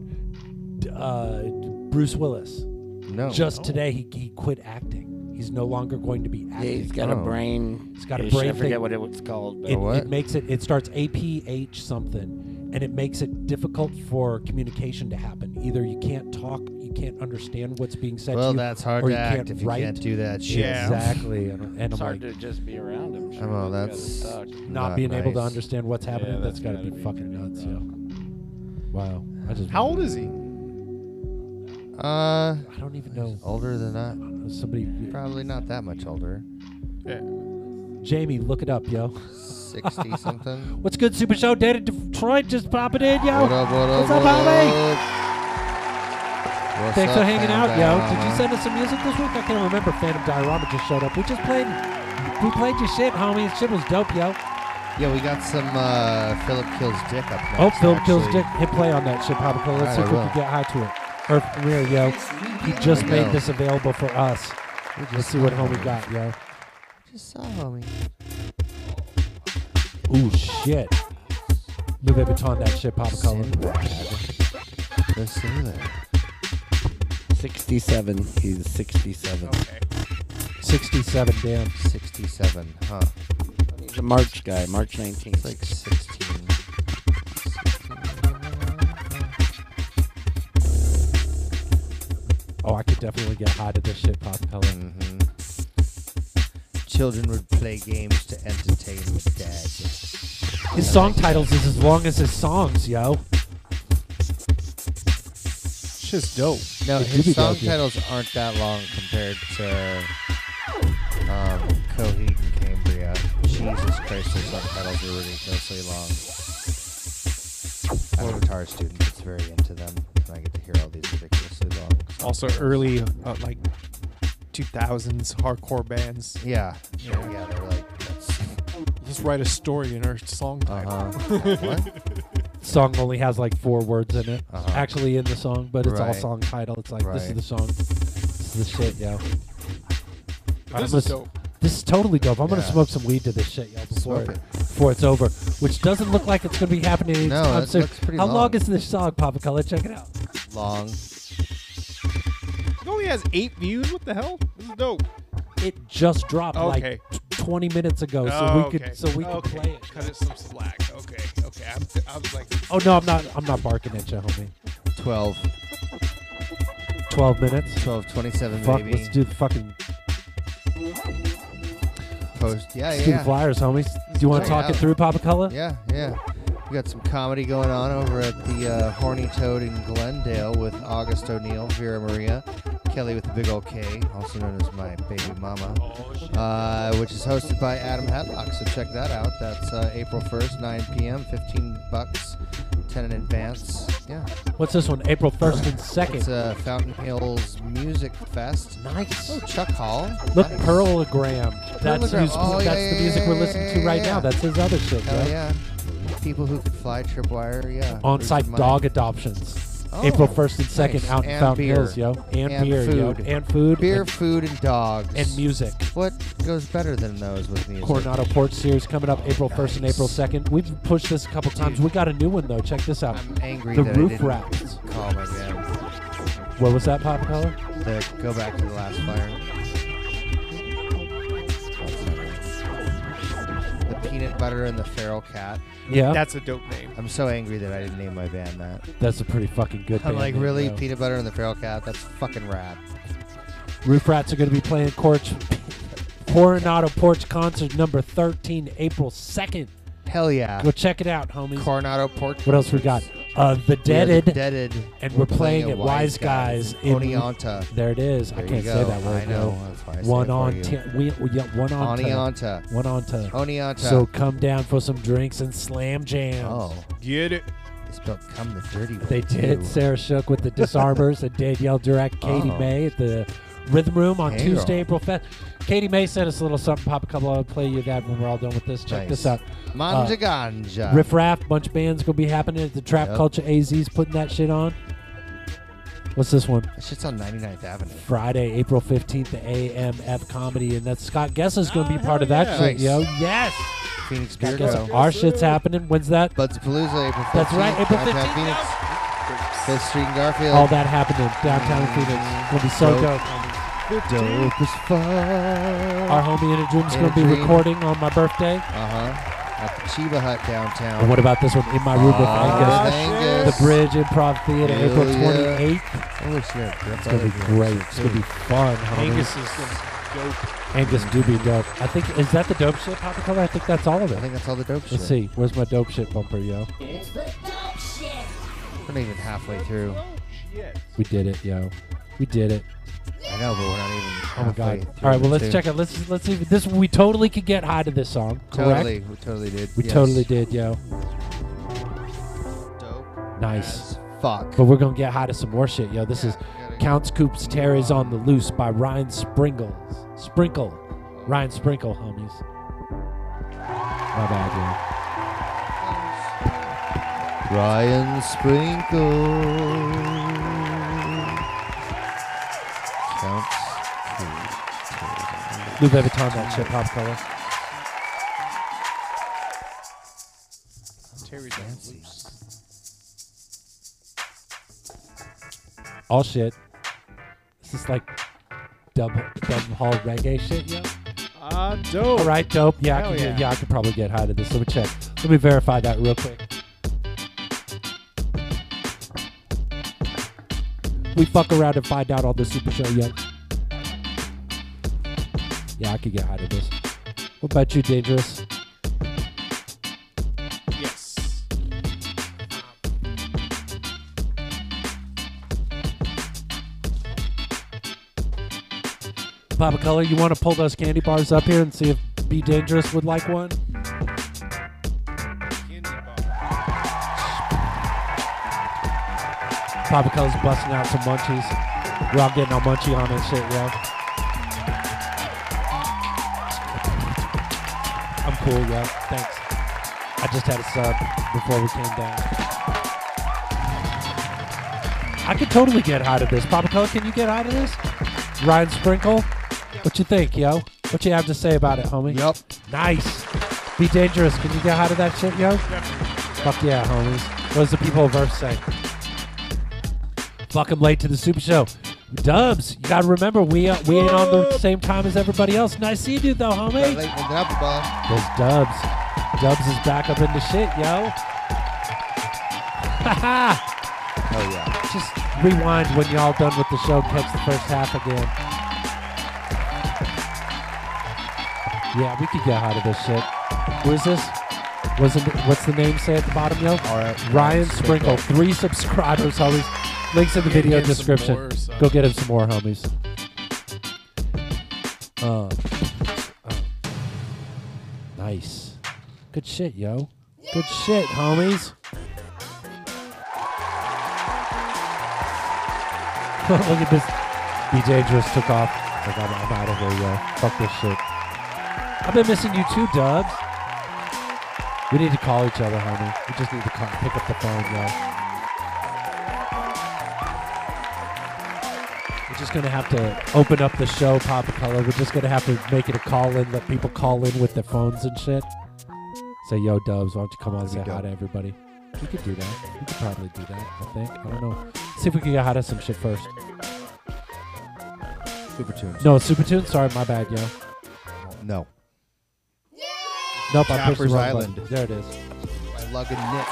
uh, Bruce Willis?
No.
Just today, he, he quit acting. He's no longer going to be acting.
he's got a Oh. brain
He's got a
issue. I
brain.
forget
thing.
what it was called, but-
It,
What?
it makes it. It starts APH something, and it makes it difficult for communication to happen. Either you can't talk, you can't understand what's being said. to
Well,
you,
that's hard
or
to
you
act
can't
if you
write.
can't do that shit. Yeah.
Exactly. And, and
it's
I'm
hard
like,
to just be around him. Sure,
Oh,
gotta
that's
suck.
not, being able to
nice.
understand what's happening.
Yeah,
that's got to be, fucking nuts, yo. Wow. I just
How old is he?
Uh,
I don't even know.
Older than that?
Somebody
probably not that much older.
Jamie, look it up, yo.
60 something.
What's good, Super Show? Dad in Detroit, just popping in, yo.
What up, what up,
What's up,
what
homie?
What's
Thanks
up,
for hanging
Phantom
out, yo. Did
Diorama?
you send us some music this week? I can't remember. Phantom Diorama just showed up. We just played. We played your shit, homie. Shit was dope, yo.
Yeah, we got some uh, Philip Kills Dick up next.
oh, Phil kills
actually.
dick. Hit play on that shit, Papa. Cole. Let's
Alright,
see
I
if we
will.
can get high to it. Earth Premier, yo. He just
There we
made
go.
this available for us. Let's see what homie got, yo.
Just saw homie.
Ooh, shit. Louis Vuitton, that shit, Papa Color.
Let's do that.
67. He's 67.
67, damn.
67, huh?
He's a March guy, March 19th. It's
like 16.
Oh, I could definitely get high to this shit, Papa Color.
Mm-hmm. Children would play games to entertain the dad.
His song titles is as long as his songs, yo.
It's just dope.
No,
It do be
his song
dope, yeah.
titles aren't that long compared to um, Coheed and Cambria. Jesus Christ, his song titles are ridiculously long. I'm a guitar student that's very into them, and I get to hear all these ridiculously long. song
Also
titles.
early, uh, like 2000s hardcore bands.
Yeah. Yeah, yeah, they're like. That's,
Let's write a story in our song title.
Uh-huh. What?
Song only has like four words in it,
Uh-huh.
actually in the song, but it's all
Right.
song title. It's like this is
Right.
the song, this is the shit, yo.
This
I'm
is
gonna-
dope.
This is totally dope. I'm gonna
Yeah.
smoke some weed to this shit, yo. Before
Smoke
it.
it.
before it's over, which doesn't look like it's going to be happening anytime
that
soon.
looks pretty
How
long.
long. is this song, Papa Color? Check it out.
Long.
It only has eight views. What the hell? This is dope.
It Just dropped
Okay.
like t- 20 minutes ago, so
Oh,
we could
okay.
so we could
Okay,
play it.
Cut it some slack. Okay. Okay. I'm, I was like,
Oh no, I'm not. I'm not barking at you, homie.
Twelve.
Twelve minutes.
Twelve twenty-seven.
Fuck,
baby.
let's do the fucking
Post. Yeah,
let's
yeah.
do
yeah.
the flyers, homies. Do you want to
Check
talk it
out.
through, Papa Color?
Yeah, yeah. We got some comedy going on over at the uh, Horny Toad in Glendale with August O'Neill, Vera Maria, Kelly with the Big Old K, also known as my baby mama, uh, which is hosted by Adam Hadlock. So check that out. That's uh, April 1st, 9 p.m., 15 bucks, 10 in advance. Yeah.
What's this one? April first and second.
It's uh, Fountain Hills Music Fest.
Nice.
Oh, Chuck Hall.
Look,
Nice.
Pearlogram. That's
Pearlogram.
who's,
Oh, yeah,
that's
yeah,
the music
yeah,
we're listening to right
yeah,
now.
yeah.
That's his other shit.
Hell
yo.
yeah. People who could fly tripwire, yeah.
On-site
Raise money.
dog adoptions.
Oh,
April first and second
nice.
out in
And
Fountain
beer.
Hills, yo. And, beer,
food.
yo. And food.
Beer,
and
food, and dogs.
and music.
What goes better than those with music?
Coronado Port Series coming up April 1st and April 2nd. We've pushed this a couple times. We got a new one, though. Check this out.
I'm angry
The
that
Roof
I didn't
Rack.
call my dad.
What was that, Pop Color?
The, go back to the last fire. The peanut butter and the feral cat.
Yeah.
That's a dope name.
I'm so angry that I didn't name my band that.
That's a pretty fucking good
I'm
band
like,
name,
really?
though.
Peanut butter and the feral cat? That's fucking rad.
Roof Rats are going to be playing Corch. Coronado Porch concert number 13, April 2nd.
Hell yeah.
Go check it out, homies.
Coronado Port.
What else we got? Uh, the
We are the
Deaded.
Deaded.
And we're, playing, at Wise Guys. in-
Oneonta.
There it is. I
There you
can't say
go.
that word.
I know.
no.
That's why I said
one
it for
on
you.
ta- we, we- yeah, one on ta-
Oneonta.
One on ta.
Oneonta.
So come down for some drinks and slam jams.
Oh.
Get it.
They spelled come the dirty way.
They did.
too.
Sarah Shook with the Disarmers and Danielle Direct, Katie
Oh.
May at the Rhythm Room on
Hey,
Tuesday, April
girl.
5th. Katie May sent us a little something, pop a couple. I'll play you that when we're all done with this. Check
Nice.
this out. Uh,
Manja Ganja.
Riff Raff, bunch of bands gonna be happening at the Trap
Yep.
Culture AZ's putting that shit on. What's this one?
That shit's on 99th Avenue.
Friday, April 15th, the AMF comedy, and that's Scott Guess is going to be part of that
yeah.
shit,
Nice.
yo. Yes.
Phoenix
Scott
Beer
Guess,
Co.
our shit's happening. When's that?
Buds Palooza, April 15th.
That's right, April
downtown Phoenix. Fifth Street in Garfield.
All that happening downtown in Phoenix. Gonna be so dope.
Dope. Dope as fuck.
Our homie in a dream's
In
gonna
a
be
Dream.
recording on my birthday.
Uh huh. At the Chiba Hut downtown.
And what about this one? In my room with
Ah,
Angus,
shit.
the Bridge Improv Theater,
Hell
April
yeah.
28th.
I wish you had
It's gonna be great. It's gonna be fun, homie.
Angus is gonna be dope.
Angus do be dope. I think is that the dope shit, Papa Color? I think that's all of it. I
think that's all the dope shit.
Let's see. Where's my dope shit bumper, yo?
It's the dope shit.
We're not even halfway through.
We did it, yo. We did it.
I know, but we're not even.
Oh my
halfway
god.
through
All right, well
the
let's
tune.
check it. Let's let's see if this we totally could get high to this song. Correct?
Totally, we totally did.
We
yes.
totally did, yo.
Dope.
Nice.
Fuck.
But we're gonna get high to some more shit, yo. This is Counts Coops Terry's on the Loose by Ryan Sprinkles. Sprinkle.
Oh.
Ryan Sprinkle, homies. My bad,
Ryan Sprinkle. Counts.
dude. Lou Vuitton that shit, pop color.
Terry's fancy.
All shit. This is like dub dub hall reggae shit, yo.
Ah, dope.
All right, dope. Yeah, I
Hell
can,
yeah.
yeah. I could probably get high to this. Let me check. Let me verify that real quick. We fuck around and find out on the Super Show, yo. Yeah, I could get high to this. What about you, Dangerous?
Yes.
Um, Papa Color, you want to pull those candy bars up here and see if Be Dangerous would like one? Papa Color's busting out some munchies. We're all getting our munchie on and shit, yo. I'm cool, yo. Thanks. I just had a sub before we came down. I could totally get high to this. Papa Color, can you get high to this? Ryan Sprinkle, what you think, yo? What you have to say about it, homie? Yep. Nice. Be dangerous. Can you get out of that shit, yo? Fuck yeah, homies. What does the people of Earth say? Fuck 'em late to the Super Show. Dubs, you gotta remember we uh, we ain't on the same time as everybody else. Nice to see you, dude, though, homie. There's Dubs. Dubs is back up in the shit, yo. Haha.
Oh yeah.
Just rewind when y'all done with the show. Catch the first half again. Yeah, we could get out of this shit. Where's this? Wasn't what's the name say at the bottom, yo? All right. Ryan
Ryan
Sprinkle,
Sprinkle.
three subscribers, homies. Links in the
Yeah,
video
get him some
description.
more, son.
Go get him some more, homies. Uh, uh, nice. Good shit, yo. Good shit, homies. Look at this. Be dangerous took off. Like I'm, I'm out of here, yo. Fuck this shit. I've been missing you too, Dubs. We need to call each other, homie. We just need to call, pick up the phone, yo. We're just gonna have to open up the show, Papa Color. We're just gonna have to make it a call in. Let people call in with their phones and shit. Say, yo, Dubs, why don't you come on, say hi to everybody? We could do that. We could probably do that. I think. I don't know. See if we can get out of some shit first.
Super tunes.
No, Super Tune. Sorry, my bad, yo.
No.
Nope, I pushed the
Choppers
wrong
Island.
button. There it is.
My lug and nip.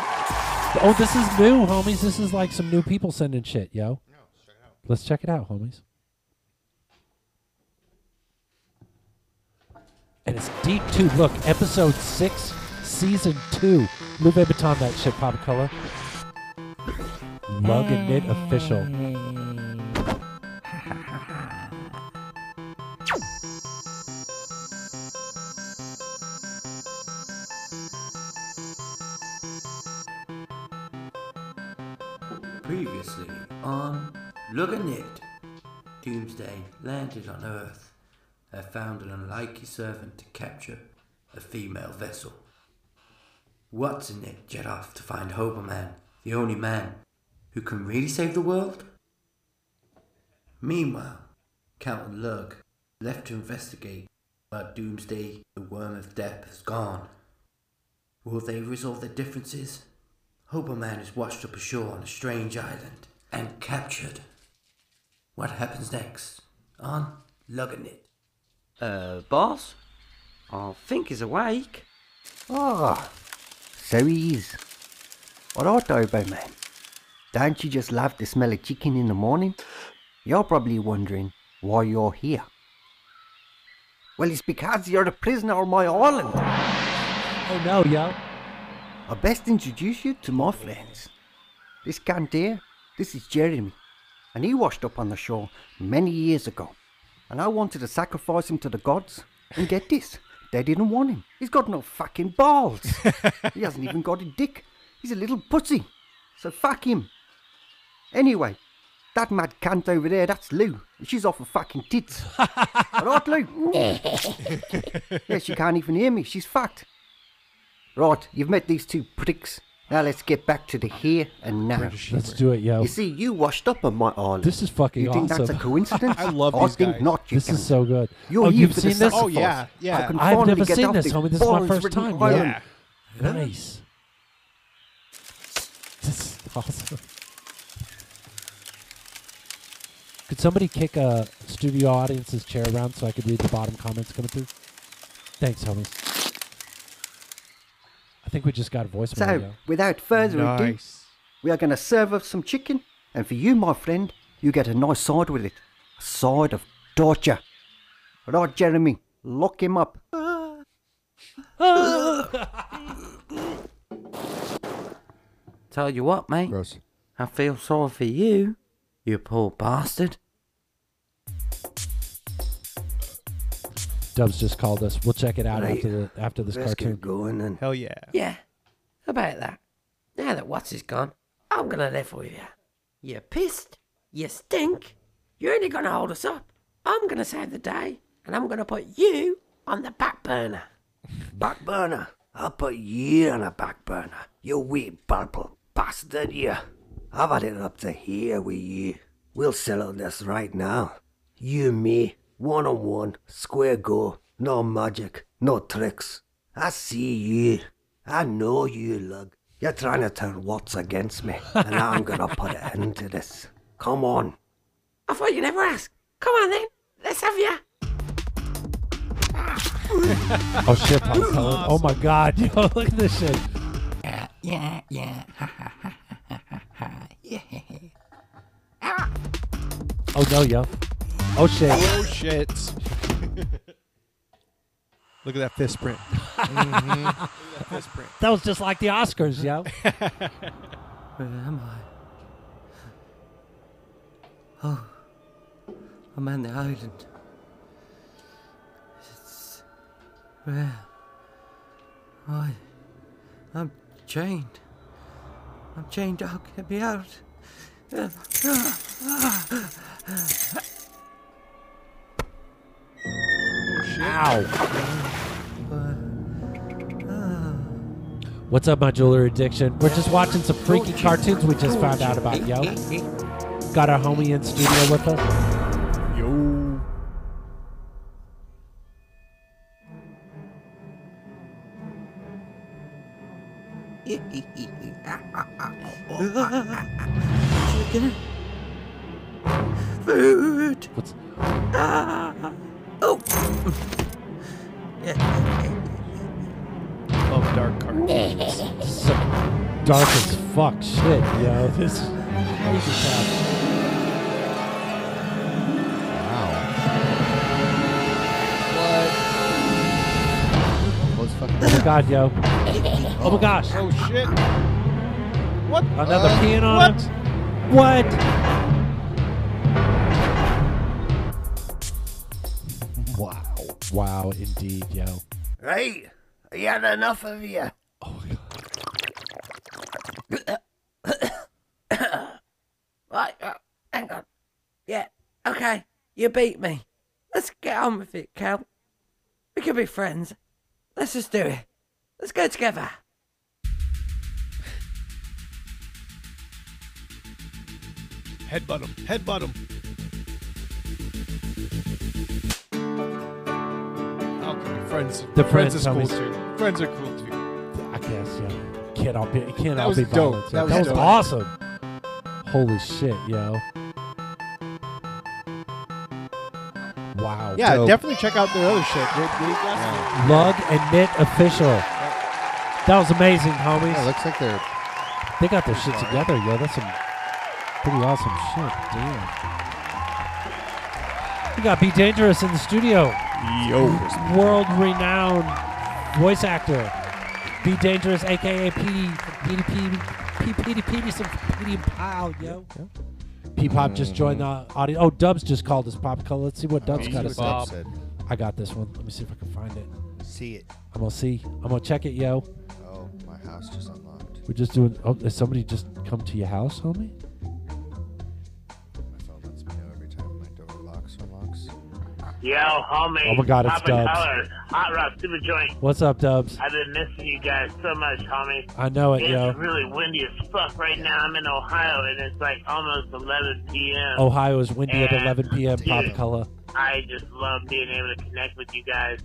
Oh, this is new, homies. This is like some new people sending shit, yo. Let's check it out, homies. And it's deep two. Look, episode six, season two. Louis Vuitton, that shit, Pop Color. Lug and knit official.
Previously on Looking It, Doomsday landed on Earth. They found an unlikely servant to capture a female vessel. What's in it jet off to find Hoberman, the only man who can really save the world? Meanwhile, Count Lug left to investigate about Doomsday, the worm of death is gone. Will they resolve their differences? Hoberman is washed up ashore on a strange island and captured. What happens next? On Lugging It.
Uh, boss? I think he's awake.
Ah, so he is. What art thou, man? Don't you just love the smell of chicken in the morning? You're probably wondering why you're here. Well, it's because you're a prisoner on my island.
Oh no, yo.
I best introduce you to my friends. This cunt here, this is Jeremy, and he washed up on the shore many years ago. And I wanted to sacrifice him to the gods, and get this, they didn't want him. He's got no fucking balls. he hasn't even got a dick. He's a little pussy. So fuck him. Anyway, that mad cunt over there, that's Lou. and She's off her fucking tits. Alright, Lou? yeah, she can't even hear me. She's fucked. Right, you've met these two pricks. Now let's get back to the here and now.
Let's do it, yo.
You see, you washed up on my island.
This is fucking
You think that's
awesome.
a coincidence?
I love
I
these
think
guys.
not. You
This is
cunt.
so good.
You're
Oh,
here
you've
for
seen
the
this?
sacrifice.
Oh, yeah, yeah.
I can
I've
finally
never
get
seen
off
this,
this
homie. This is my
boring
first
written
time, yo.
island.
Yeah. Nice. This is awesome. Could somebody kick a studio audience's chair around so I could read the bottom comments coming through? Thanks, homies. I think we just got a voicemail.
So,
yo.
without further ado,
Nice.
we are going to serve up some chicken, and for you, my friend, you get a nice side with it. A side of torture. Right, Jeremy, lock him up.
Tell you what, mate. I feel sorry for you, you poor bastard.
Dubs just called us. We'll check it out
Right.
after the after this
Let's
cartoon.
get going then.
Hell yeah.
Yeah,
About that.
now that Watts is gone, I'm gonna live with you. You're pissed. You stink. You're only gonna hold us up. I'm gonna save the day, and I'm gonna put you on the back burner.
Back burner. I'll put you on a back burner. You wee purple bastard, you.
I've had it up to here with you. We'll settle this right now. You and me, one on one, square go. No magic, no tricks.
I see you. I know you, Lug. You're trying to turn Watts against me, and I'm going to put an end to this. Come on.
I thought you never asked. Come on then, let's have ya.
Oh shit, Pop Color. Oh my god, yo, look at this shit.
Yeah, yeah. yeah.
Oh no, yo. Oh shit.
Oh shit. Look at that fist print. Look at that fist print.
That was just like the Oscars, yo.
Where am I? Oh, I'm on the island. It's where I, I'm chained. I'm chained. Oh, get me out.
What's up, my jewelry addiction? We're just watching some freaky cartoons we just found out about, yo. Got our homie in studio with us.
Yo.
Chicken. Food.
What's?
Ah. Oh.
Love dark cartoons.
So dark as fuck shit, yo. This this is tough.
Close fucking.
Oh my god, yo. Oh my gosh.
Oh shit. What?
Another
Uh,
peeing on
what?
him. What? Wow. Wow, indeed, yo.
Hey, I had enough of you.
Right, right, hang on. Yeah, okay, you beat me. Let's get on with it, Cal. We can be friends. Let's just do it. Let's go together.
Headbutt him. Headbutt him. Okay, friends.
The
friends
friends,
is cool
homies.
too. Friends are cool too.
I guess, yo. Can't all be, it can't
That
all
was
be
dope.
violence, yo.
That was
That was
dope.
awesome. Holy shit, yo. Wow.
Yeah,
dope.
definitely check out their other shit. They, they got some-
Lug and Knit Official. That was amazing, homies.
Yeah, it looks like they're.
They got their shit together, yo. That's some pretty awesome shit. Damn. We got Be Dangerous in the studio.
Yo.
World renowned voice actor. Be Dangerous, aka P. Petey Petey P. Petey Peterson from Petey and Pyle, yo. P Pop just joined the audio. Oh, Dubs just called us Pop Color. Let's see what Dubs
see
got
what
to
Dubs
say.
said.
I got this one. Let me see if I can find it.
See it.
I'm gonna see. I'm gonna check it, yo.
Oh, my house just unlocked.
We're just doing. Oh, did somebody just come to your house, homie?
My phone lets me know every time my door locks or unlocks.
Yo, homie.
Oh my God, it's
Papa
Dubs.
Color, Hot Rod Super Joint.
What's up, Dubs?
I've been missing you guys so much, homie.
I know it,
it's
yo.
really windy as fuck right now. I'm in Ohio and it's like almost 11 p.m.
Ohio is windy at
And,
11 p.m. Pop
dude,
color.
I just love being able to connect with you guys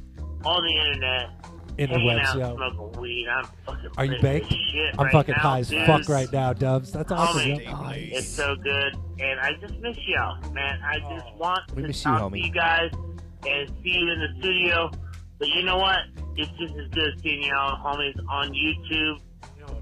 on the internet. hanging
Interwebs,
out,
yo.
smoking weed. I'm fucking
Are you
lit
baked?
as shit
I'm
right
fucking
now,
high as
dude.
fuck right now, Dubs. That's awesome,
Homie,
yo.
It's so good, and I just miss y'all, man. I just want
We
to
miss you,
talk
homie.
to you guys and see you in the studio. But you know what? It's just as good seeing y'all, homies, on YouTube.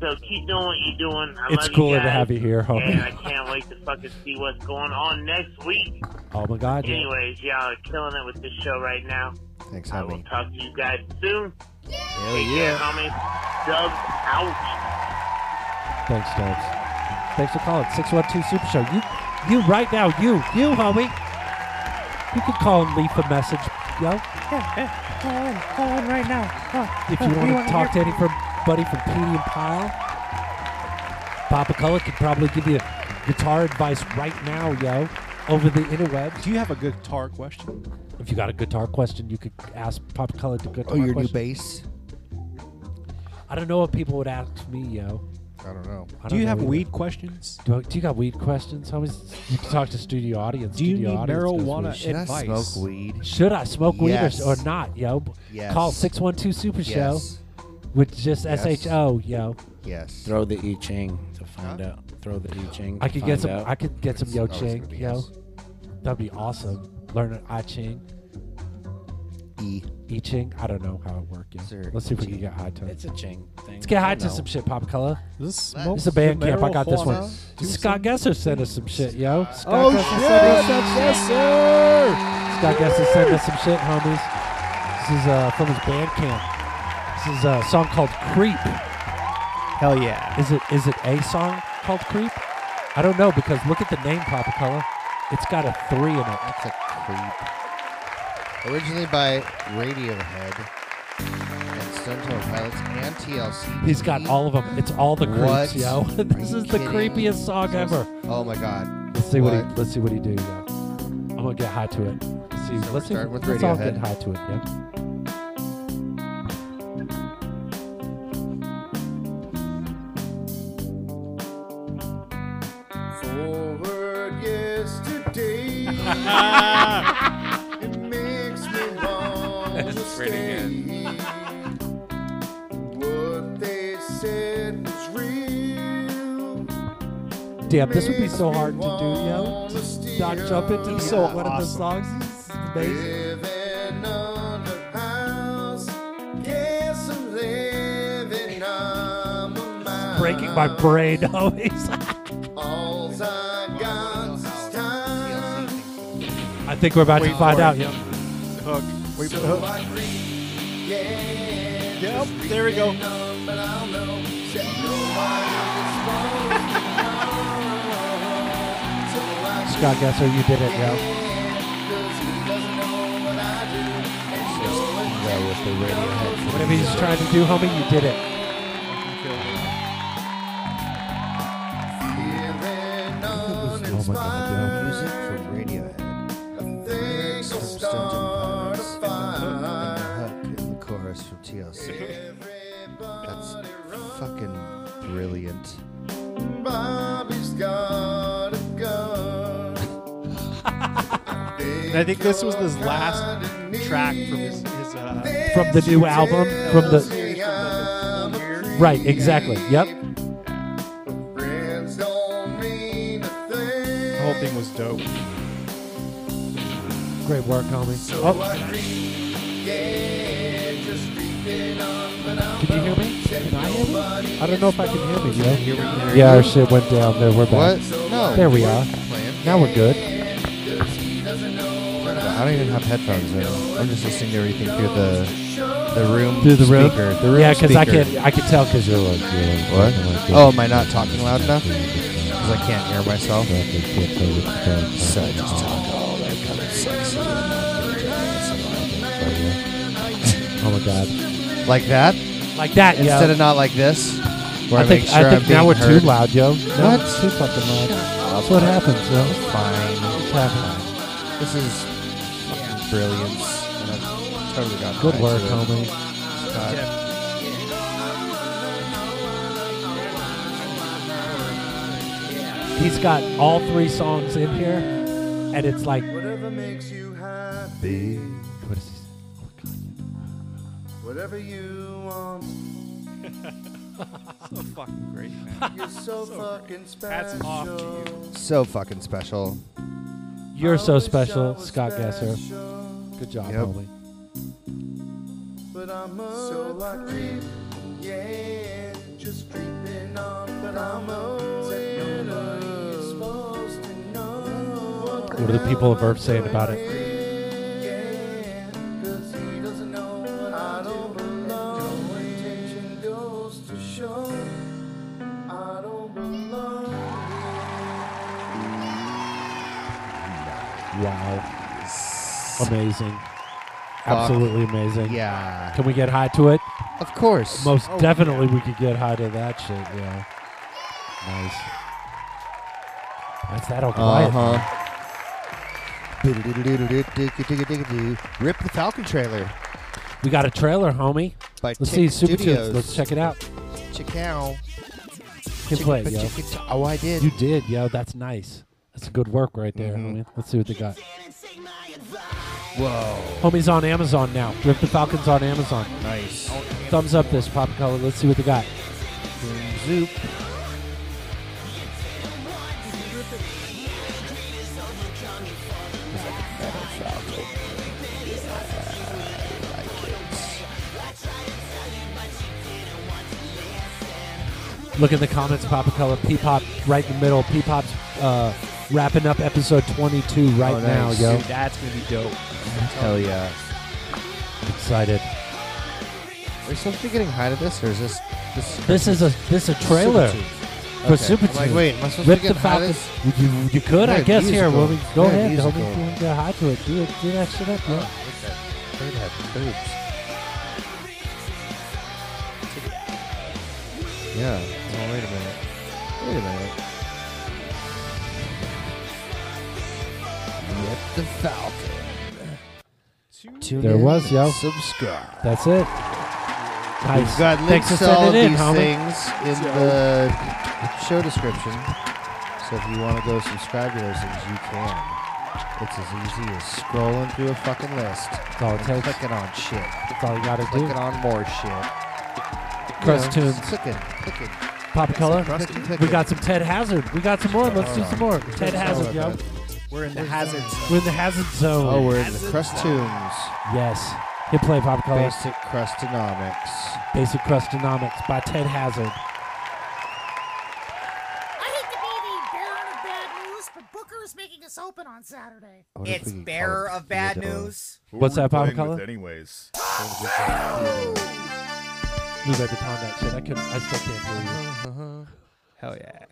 So keep doing what you're doing. I
It's
love
cooler
you
to
guys,
have you here, homie.
And I can't wait to fucking see what's going on next week.
Oh my god, yo.
Anyways, y'all are killing it with this show right now.
Thanks,
I will talk to you guys soon.
Hell
Take care, homies. Dubs out.
Thanks, Dubs. Thanks for calling 612 Super Show. You, you right now, you, you, homie. You could call and leave a message, yo.
Call in, call in right now.
If you want to talk to any from buddy from Petey and Pyle, Papa Cullen could probably give you guitar advice right now, yo, over the interwebs. Do you have a guitar question? If you got a guitar question, you could ask Papa Cullen to guitar
Oh, your new
question.
bass?
I don't know what people would ask me, yo.
I don't know.
Do
I don't
you
know
have
either.
weed questions?
Do, do you got weed questions? I always you can talk to studio audience.
Do you
studio
need
audience goes
marijuana
weed.
Should I advice? smoke weed?
Should I smoke weed or, s- or
Yes.
not, yo? B-
Yes.
Call 612 Super
Yes.
Show with just
Yes.
SHO, yo.
Yes.
Throw the I Ching to find out. Throw the I Ching.
I
to
could
find
get some.
out.
I could get some Yo Ching, yo. That'd be awesome. Learn an I Ching.
E.
I Ching. I don't know how it works.
Sir,
Let's see if we can get high to it.
It's a Ching thing.
Let's get high
I
to
know.
some shit, Pop Color.
This
is a band camp. I got this
marijuana.
one.
Do
Scott Gesser sent us some shit, yo. Scott
Oh,
Gesser
shit!
sent us some
Yes,
shit.
sir!
Scott Gesser sent us some shit, homies. This is uh, from his band camp. This is a song called Creep.
Hell yeah.
Is it is it a song called Creep? I don't know because look at the name Papa Color. It's got a three in it. That's
a creep. Originally by Radiohead and Stone Temple Pilots and TLC.
He's got all of them. It's all the creeps,
What?
yo. this
Are
is
you
the
kidding?
creepiest song ever.
Oh my god.
Let's see what, he let's see what he do, yo. I'm gonna get high to it. Let's see. let's
So
see.
we're starting with
let's all get
Radiohead.
high to it, yeah.
Forward yesterday. it makes me want
That's
to
pretty
stay. What they said was real.
Damn, this would be so hard to do, yo. To not jump into the- one of the songs. This is amazing.
Living on the house. Yes, I'm living on the mouse.
Breaking my brain, homies.
All's I got's time.
I think we're about
Wait
to find
for it.
out, yo.
Hook. Wait for the
So I
hook.
breathe, yeah.
Yep, there we go.
But I'll know that nobody responds.
Scott Gesser, you did it, yo.
Go with the Radiohead.
Whatever he's trying to do, homie, you did it.
Oh my god, yo. Music from Radiohead. Lyrics from Stone Temple Pilots. And the, hook and the chorus from TLC. That's fucking brilliant.
Bobby's got a gun.
And I think this was his last track from his, his uh,
From the new album, from the right, exactly. Yep.
Friends don't mean a thing.
The whole thing was dope.
Great work, homie.
So I
Oh,
creep, yeah, just creeping on, but I'll
can you hear me? Can I hear me? I don't know if I can hear me. Yo.
Here we go.
Yeah, our shit went down. There, we're back.
What? No.
There we are. Now we're good.
I don't even have headphones in. I'm just listening to everything through the the room
Through the room.
speaker. The room
yeah, because I
speaker.
can I can tell because you're like you're like-
What?
you're like-
Oh, am I not talking loud enough? Because I can't hear myself. So I just talk all that kind of sexy.
Oh my god.
Like that?
Like that, yo.
Instead of not like this. Where I,
I think
make sure
I think
am
now we're
heard.
too loud, yo. No,
What?
it's too fucking loud. That's what happens, yo.
Fine.
It's happening.
This is fucking brilliance. And I totally got
Good
high
work,
to it.
homie.
God.
He's got all three songs in here, and it's like
Whatever makes you
Be.
happy,
What is this? Oh,
whatever you want.
So fucking great, man.
You're so, fucking
Hats
special.
off to you.
So fucking special.
You're so special, Scott Gesser. Good job,
Yep.
homie.
But I'm a so I creep, yeah, just creeping on. But I'm a nobody's supposed to know what
What are the people of Earth saying about it?
Cause he doesn't know what I don't belong. Attention goes to show I don't belong.
Wow. Amazing.
Fuck.
Absolutely amazing.
Yeah.
Can we get high to it?
Of course.
Most
Oh,
definitely we could get high to that shit, yeah. Nice. That's that all quiet.
Uh huh. Rip the Falcon trailer.
We got a trailer, homie.
By
Let's
Tick
see Super Tunes.
Studios.
Let's check it out.
Chickow.
Guess
Chicka
what,
pa-
yo?
chicka cha- Oh, I did. Mm-hmm.
You did, yo. That's nice. That's good work right there, homie. Let's see what they got.
Whoa.
Homie's on Amazon now. Drift the Falcons on Amazon.
Nice.
Thumbs up this pop color. Let's see what they got.
Zoop.
Look at the comments, Papa Color. P Pop right in the middle. P Pop's uh, wrapping up episode 22 right
Oh,
now,
nice.
yo.
Dude,
that's gonna be dope.
Hell yeah.
Excited.
Are you supposed to be getting high to this, or is this this?
This is a this is a trailer
Super Tube.
for
Okay.
Super
I'm like,
Tune.
wait, am I supposed
Rip
to be
the
getting high to
Falcons.
this?
You, you could, I
Yeah,
guess. Here,
musical.
homie. Go
Yeah,
ahead,
musical.
homie. If you wanna Get high to it. Do it. Do that shit
Oh,
up, yo.
Bird had boobs. Yeah. Oh, wait a minute. Wait a minute. Rip the Falcon. Tune
There
in
was, yo.
and Subscribe.
That's it. Nice.
We've got links
Thanks for
to all of
sending it in,
these
homie.
things in
Yo.
the show description. So if you want to go subscribe to those things, you can. It's as easy as scrolling through a fucking list. That's
all it
and
takes.
Clicking on shit. That's
all you gotta do.
Clicking on more shit.
Crust
you know,
tunes.
just Clicking, clicking.
Pop color.
Crust tunes,
We
clicking.
got some Ted Hazard. We got some more. Let's do
Hold
some
on.
more.
Let's
Ted
talk
Hazard,
about
yo.
that.
We're in the hazard zone.
We're in the hazard zone.
Oh, we're in the crust tunes.
Yes. Hit play pop color.
Basic crustonomics.
Basic Crustonomics by Ted Hazard.
I hate to be the bearer of bad news, but Booker is making us open on Saturday.
What if
It's
we could
bearer
call it
of bad
Theodore?
news.
Who What's are we that, Papa playing with Color?
Anyways.
You better time that shit. I couldn't. I still can't hear you.
Hell yeah.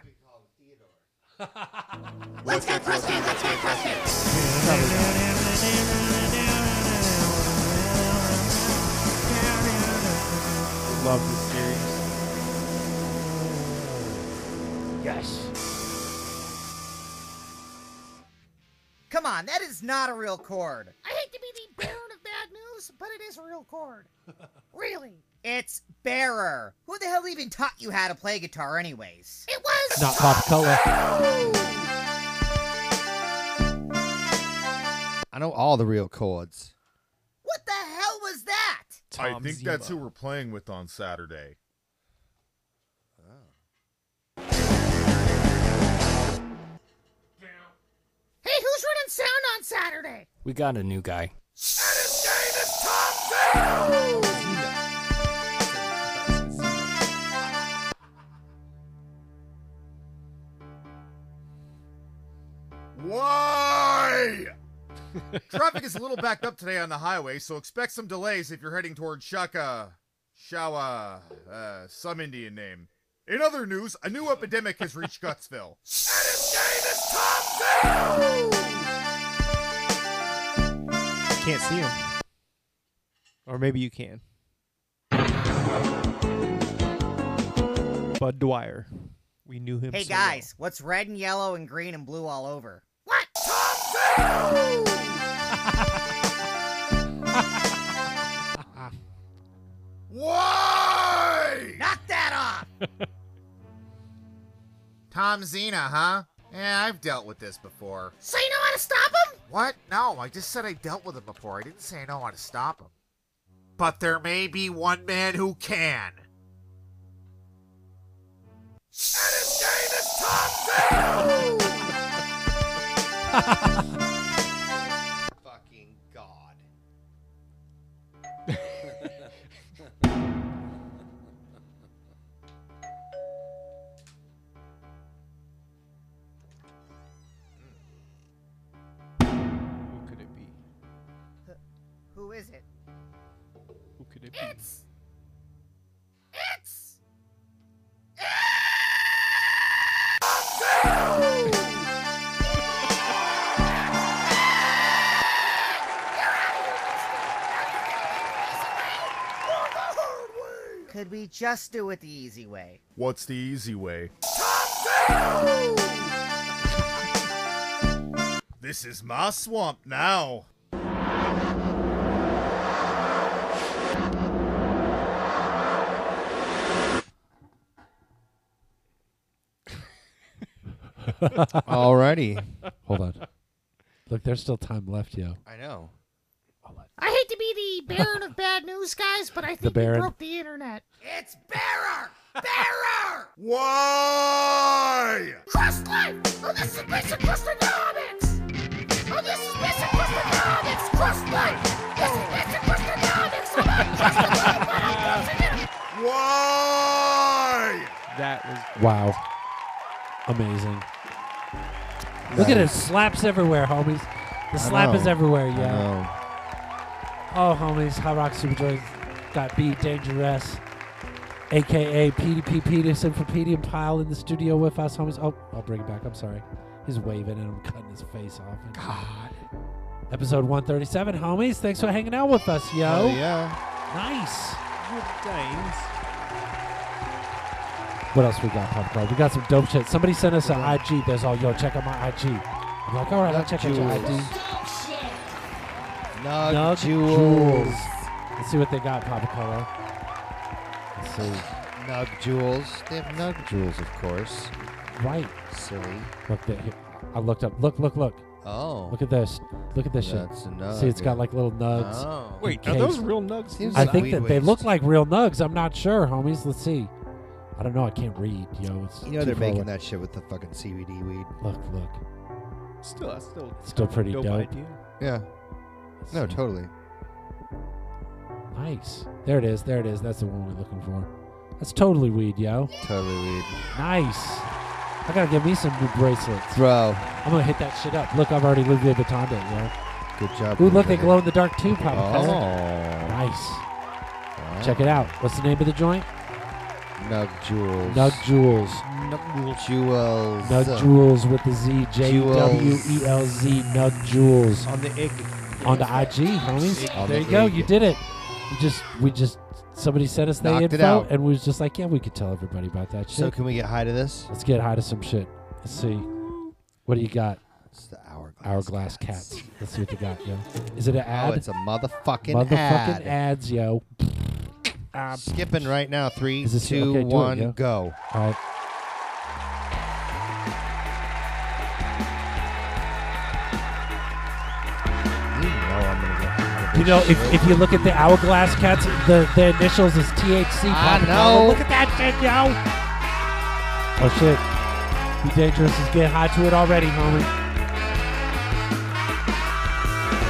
Let's get crusty. Let's get crusty.
Love this series.
Yes.
Come on, that is not a real chord. I hate to be the bearer of bad news, but it is a real chord. Really? It's bearer. Who the hell even taught you how to play guitar, anyways? It was.
Not pop color.
I know all the real chords.
What the hell was that?
I think that's who we're playing with on Saturday.
Hey, who's running sound on Saturday?
We got a new guy.
Why? Traffic is a little backed up today on the highway, so expect some delays if you're heading toward Shaka, Shawa, uh, some Indian name. In other news, a new epidemic has reached Gutsville.
Can't see him. Or maybe you can. Bud Dwyer. We knew him.
Hey
so
guys, what's red and yellow and green and blue all over? What?
Why?
Knock that
off! Tom Zena, huh? Yeah, I've dealt with this before.
So you know how to stop him?
What? No, I just said I dealt with him before. I didn't say I know how to stop him. But there may be one man who can.
Fucking god.
Who could it be?
Who is it?
Who could it be?
It's. It's. Could we just do it the easy way?
What's the easy way? This is my swamp now.
Alrighty.
Hold on. Look, there's still time left, yo.
I know.
I hate to be the baron of bad news, guys, but I
The
think we
Baron.
broke the internet.
It's bearer! Bearer!
Why?
Crust life! Oh, this is basic crust economics! Oh, this is basic crust economics! Crust life! This is basic crust economics! I'm on crust economics!
Why?
That was
Wow. Amazing. Look at it. Slaps everywhere, homies. The
I
slap is
know.
everywhere, yo.
I know.
Oh, homies. High Rock Super Joys got beat dangerous. AKA PDP Peterson for Pedium Pile in the studio with us, homies. Oh, I'll bring it back. I'm sorry. He's waving and I'm cutting his face off. God. Episode 137, homies. Thanks for hanging out with us, yo.
Hell
Oh,
yeah. Nice.
Dames.
What else we got, Pop Culture? We got some dope shit. Somebody sent us an IG. That's all. Yo, check out my IG. I'm like, all right, I'll
Nug
check out your
Jewels.
IG.
Nug
Nug
Jewels.
Jewels. Let's see what they got, Papa Color. Let's see.
Nug Jewels. They have Nug Jewels, of course.
Right.
Silly.
Look, there, here. I looked up. Look, look, look.
Oh.
Look at this. Look at this shit.
That's a nug.
See, it's got like little nugs.
Oh.
Wait, are
encased.
those real nugs? Seems
I
like
think
weed
that they
waste.
look like real nugs. I'm not sure, homies. Let's see. I don't know. I can't read, yo. It's
You know
too
they're
far
making
away.
that shit with the fucking CBD weed.
Look, look.
Still, that's still
Still pretty
dope.
dope.
idea.
Yeah. No, totally.
Nice. There it is. There it is. That's the one we're looking for. That's totally weed, yo.
Totally weed.
Nice. I gotta get me some new bracelets,
bro.
I'm gonna hit that shit up. Look, I've already Louis Vuitton it, yo.
Good job.
Ooh, look, they
Louis Vuitton.
glow in the dark too, Papa.
Oh.
Color. Nice. Check it out. What's the name of the joint?
Nug Jewels.
Nug Jewels.
Nug Jewels.
Jewels.
Nug Jewels with the Z J W E L Z. Nug Jewels.
On the egg.
On the IG, homies.
On
there
the
you go.
egg.
You did it. You just we just somebody sent us the
Knocked it
info,
out.
and we was just like, yeah, we could tell everybody about that shit.
So can we get high to this?
Let's get high to some shit. Let's see. What do you got?
It's the hourglass.
Hourglass cats. Let's see what you got, yo. Is it an ad?
Oh, it's a motherfucking,
Motherfucking
ad.
ads, yo.
Skipping right now. Three, two, one,
Is this- okay, do it, yo.
go.
All right.
You know I'm gonna get high to
You
this
know, if,
shit.
if you look at the hourglass cats, the, the initials is THC.
I
Papa
know.
Collar. Look at that shit, yo. Oh shit. Be dangerous is getting high to it already, homie.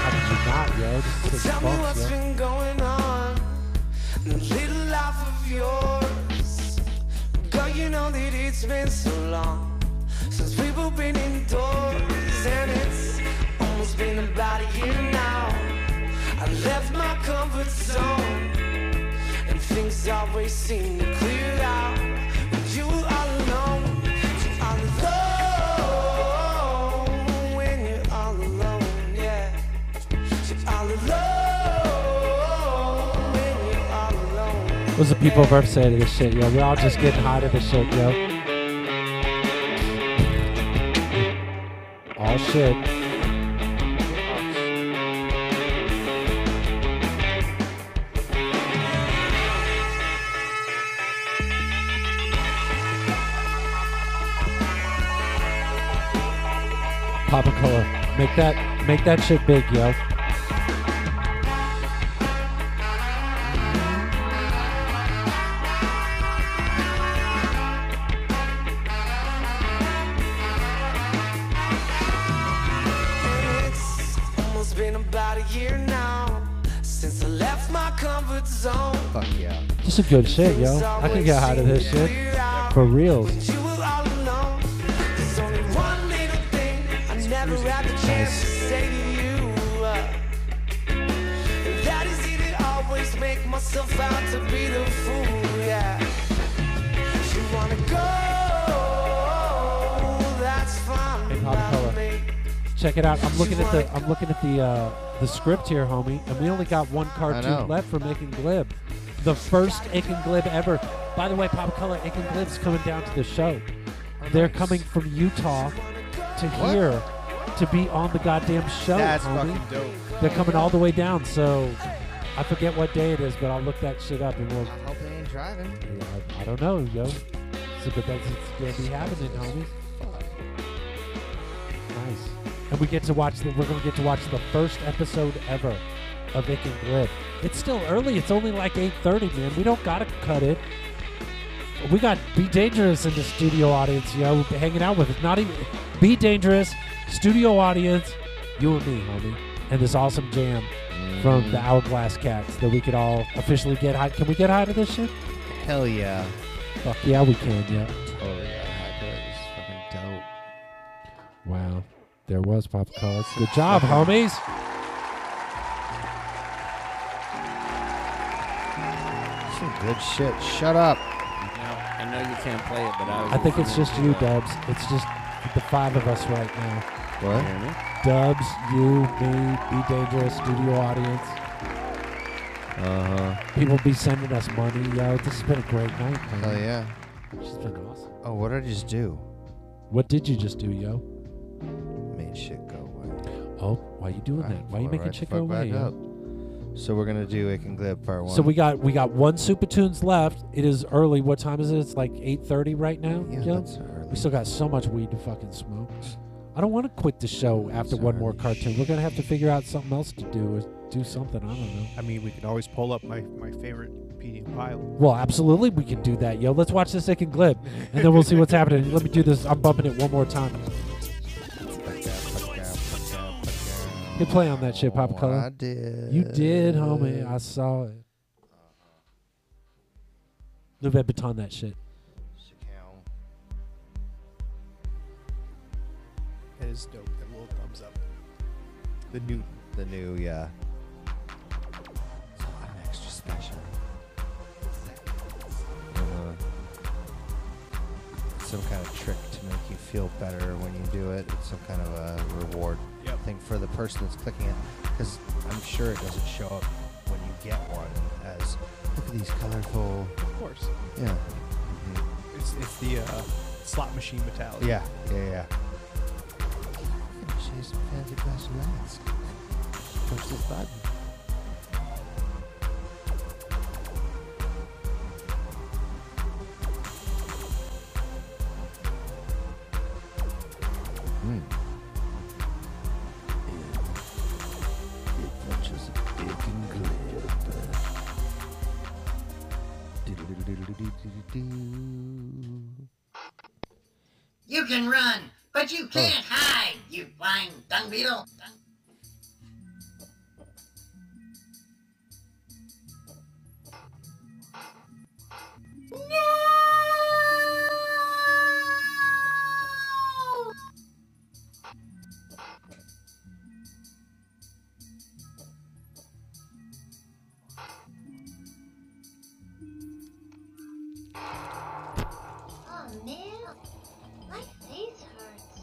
How did you not, yo? This is
Tell
taking
me
bumps,
what's
yo.
been going on. The little life of yours. Girl, you know that it's been so long since we've all been indoors. And it's almost been about a year now. I left my comfort zone. And things always seem to clear out when you are alone. You are alone when you're all alone, yeah. You're all alone when you're all alone.
What's the people verb say to this shit, yo? We're all just getting high to this shit, yo. All shit. Papa Color, make that make that shit big, yo.
It's almost been about a year now since I left my comfort zone.
Fuck yeah.
This is good shit, yo. I can get high to this shit. For reals.
You were all alone. There's only one little thing I never had the chance to say to you. uh, and that is it. I always make myself out to be the fool. Yeah. You wanna go? That's fine.
Hey, Pop Color. Check it out. I'm looking at the I'm looking at the uh, the script here, homie, and we only got one
know.
cartoon left for Making Glib. The first Ick and Glib ever. By the way, Pop Color Ick and Glib's coming down to the show. They're coming from Utah to
Oh, What?
here to be on the goddamn show.
That's
homie.
fucking dope.
They're coming all the way down, so I forget what day it is, but I'll look that shit up and we'll
I hope they ain't driving.
I, I don't know, yo. So, but that's it's gonna be happening, homies. Nice. And we get to watch the, we're going to get to watch the first episode ever of Vic and Glib. It's still early. It's only like 8.30, man. We don't got to cut it. We got Be Dangerous in the studio audience, yo. Hanging out with us. Not even Be Dangerous, studio audience, you and me, homie. And this awesome jam from
Mm.
the Hourglass Cats that we could all officially get high. Can we get high to this shit?
Hell yeah.
Fuck yeah, we can, yeah.
Oh yeah, high boy is fucking dope.
Wow. There was Pop Colors. Good job, homies.
Some good shit. Shut up.
Now, I know you can't play it, but I was.
I think it's
listening
just
to,
you,
uh,
Dubs. It's just the five of us right now.
What?
Dubs, you, me, Be Dangerous, studio audience.
Uh huh.
People be sending us money, yo. This has been a great night, man.
Hell yeah.
She's been awesome.
Oh, what did I just do?
What did you just do, yo?
Made shit go away.
Oh, why you doing that? Why you
All
making
right,
shit
fuck
go away?
back
yo?
up. So we're gonna do Ick and Glib part one.
So we got we got one Super Tunes left. It is early. What time is it? It's like eight thirty right now.
Yeah,
Gil?
that's early.
We still got so much weed to fucking smoke. I don't want to quit the show after one more cartoon. We're gonna have to figure out something else to do or do something. I don't know.
I mean, we could always pull up my, my favorite PDM pile.
Well, absolutely, we can do that, yo. Let's watch the second clip, and then we'll see what's happening. Let me do this. I'm bumping it one more time. Hit play on that shit, Papa Color.
Oh, I did.
You did, homie. I saw it. Louvet Baton that shit.
That is dope. That little thumbs up. The new.
The new, yeah. So I'm extra special. Uh, some kind of trick to make you feel better when you do it. It's some kind of a reward thing for the person that's clicking it. Because I'm sure it doesn't show up when you get one as look at these colorful.
Of course.
Yeah. Mm-hmm.
It's, it's the uh, slot machine mentality.
Yeah. Yeah. Yeah.
She's fancy glass lights. Push this button. Hmm.
Mm.
You can run, but you can't hide, you blind dung beetle.
Oh man, my face hurts.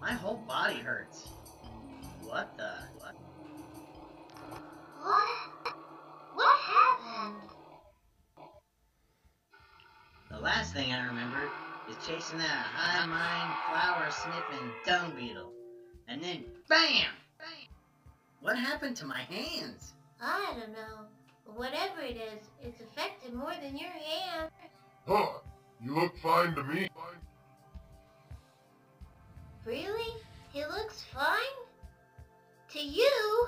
My whole body hurts. What the? What?
What? What happened?
The last thing I remember is chasing that high mind flower sniffing dung beetle. And then BAM! BAM! What happened to my hands?
I don't know. Whatever it is, it's affected more than your hand.
Huh, you look fine to me.
Really? He looks fine? To you?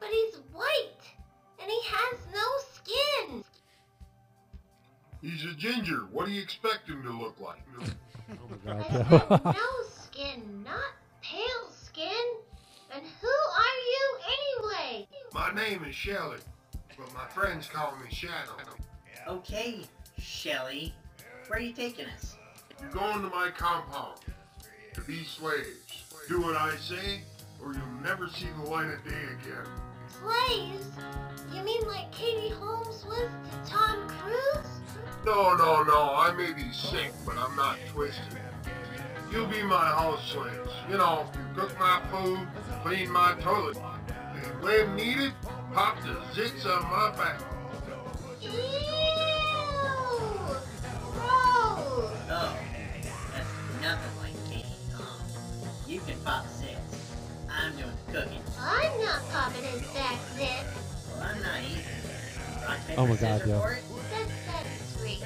But he's white! And he has no skin!
He's a ginger. What do you expect him to look like?
Oh
I said no skin, not pale skin! And who are you anyway?
My name is Shelly, but my friends call me Shadow.
Okay, Shelly. Where are you taking us?
You're going to my compound to be slaves. Do what I say, or you'll never see the light of day again.
Slaves? You mean like Katie Holmes was to Tom Cruise?
No, no, no. I may be sick, but I'm not twisted. You'll be my house slaves. You know, cook my food, clean my toilet, and when needed, pop the zits on my back.
Oh, that's nothing like Katie Tom. You can pop six. I'm doing the cooking.
I'm not popping his back zip.
Well, I'm not either. Rock, paper,
Oh my God,
scissors
yo.
for it?
That's that sweet.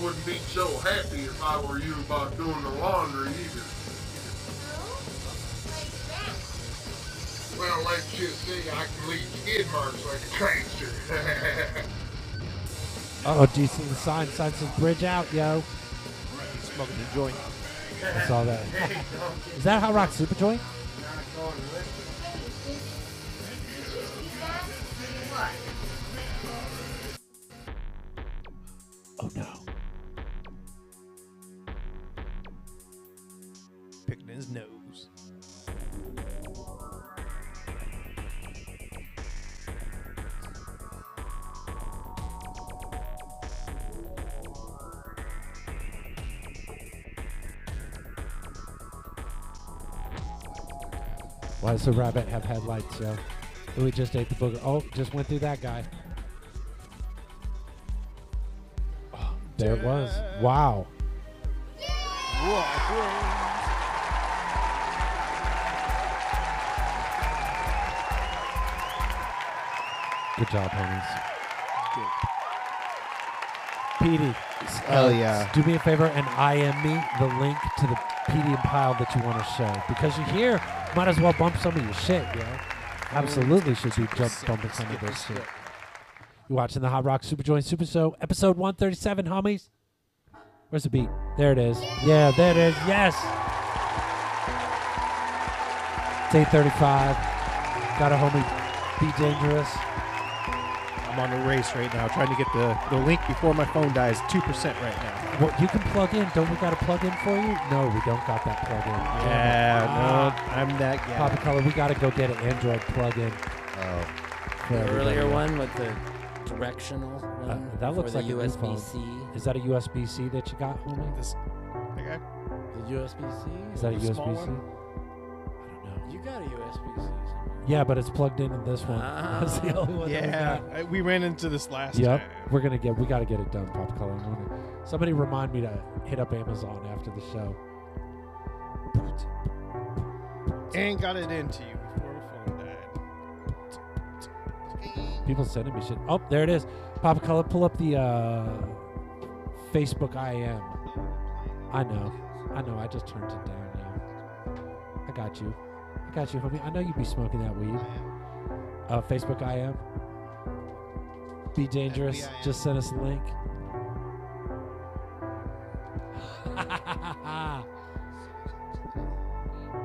wouldn't be so happy if I were you about doing the laundry either. Well, let's just say I can leave skid marks like a prankster.
Oh, do you see the sign? Sign says bridge out, yo.
Smoking a joint.
I saw that. Is that Hot Rock Super Joint? Oh no.
Picking his nose.
Why does the rabbit have headlights, yo? We just ate the booger. Oh, just went through that guy. Oh, there it was. Wow. Good job, homies. Petey. s-
Hell
uh,
yeah.
Do me a favor and IM me the link to the Petey and Pile that you want to show. Because you're here, might as well bump some of your shit, yo. Absolutely should be jump bumping some of this shit. You're watching the Hot Rock Super Joint Super Show, episode 137, homies. Where's the beat? There it is. Yeah, there it is. Yes. It's 835. Got a homie. Be dangerous.
I'm on a race right now, trying to get the, the link before my phone dies. Two percent right now.
What you can plug in? Don't we got a plug in for you? No, we don't got that plug in.
Yeah, no, I'm that guy.
Papa Color, we gotta go get an Android plug in. Oh,
The earlier one with the directional one.
Uh, that
for
looks
the
like a new phone.
USB C.
Is that a USB C that you got, homie?
Okay.
The USB C.
Is that a
the small
USB C?
one? You got a USB C.
Yeah, but it's plugged into this one.
Ah.
That's the only one. that we
Yeah,
got.
I- we ran into this last
Yep,
time.
we're gonna get. We gotta get it done, Pop Color. I'm gonna- Somebody remind me to hit up Amazon after the show.
And got it into you before my phone died.
People sending me shit. Oh, there it is. Papa Color, pull up the uh, Facebook IM. I know. I know. I just turned it down now. I got you. I got you, homie. I know you be smoking that weed. Uh, Facebook IM. Be dangerous. Just send us a link.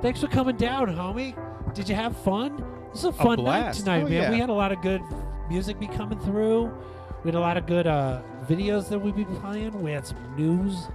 Thanks for coming down, homie. Did you have fun? This is a fun night
blast.
tonight,
Oh,
man.
yeah.
We had a lot of good music be coming through. We had a lot of good uh, videos that we've been playing. We had some news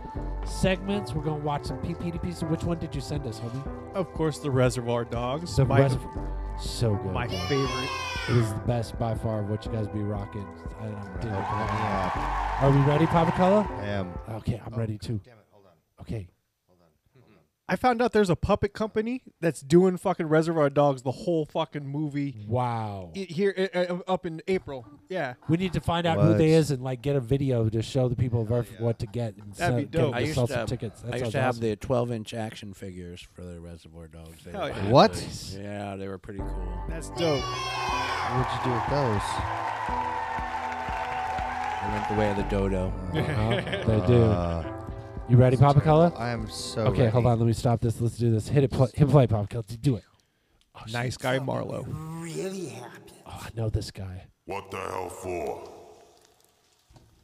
segments. We're gonna watch some PPDP. So, which one did you send us, homie?
Of course, the Reservoir Dogs.
The
my,
Reserv- so good.
My
dude.
favorite.
It is the best by far of what you guys be rocking. I don't
Oh,
dude,
open me up.
Are we ready, Papa Color?
I am.
Okay, I'm ready too. Damn it, hold on. Okay.
Oh, Hmm. I found out there's a puppet company that's doing fucking Reservoir Dogs the whole fucking movie.
Wow.
I- Here, uh, uh, up in April. Yeah.
We need to find out who
What?
they is and like get a video to show the people of
Oh,
Earth what to get. And
That'd
sell-
be
get them
dope.
to
I used
sell
to,
some tickets. That
I used
sounds
to have
awesome.
the 12 inch action figures for the Reservoir Dogs. They
Hell
were
yeah.
pretty
What?
cool. Yeah, they were pretty cool.
That's dope.
What'd you do with those?
They went the way of the dodo.
Uh-huh. They do.
Uh,
you ready, Papa Color?
Uh, I am so
Okay, hold on. Let me stop this. Let's do this. Hit it. Play, hit play, Papa Color. Do it.
Oh, nice guy, Marlowe.
Really happy.
Oh, I know this guy.
What the hell for?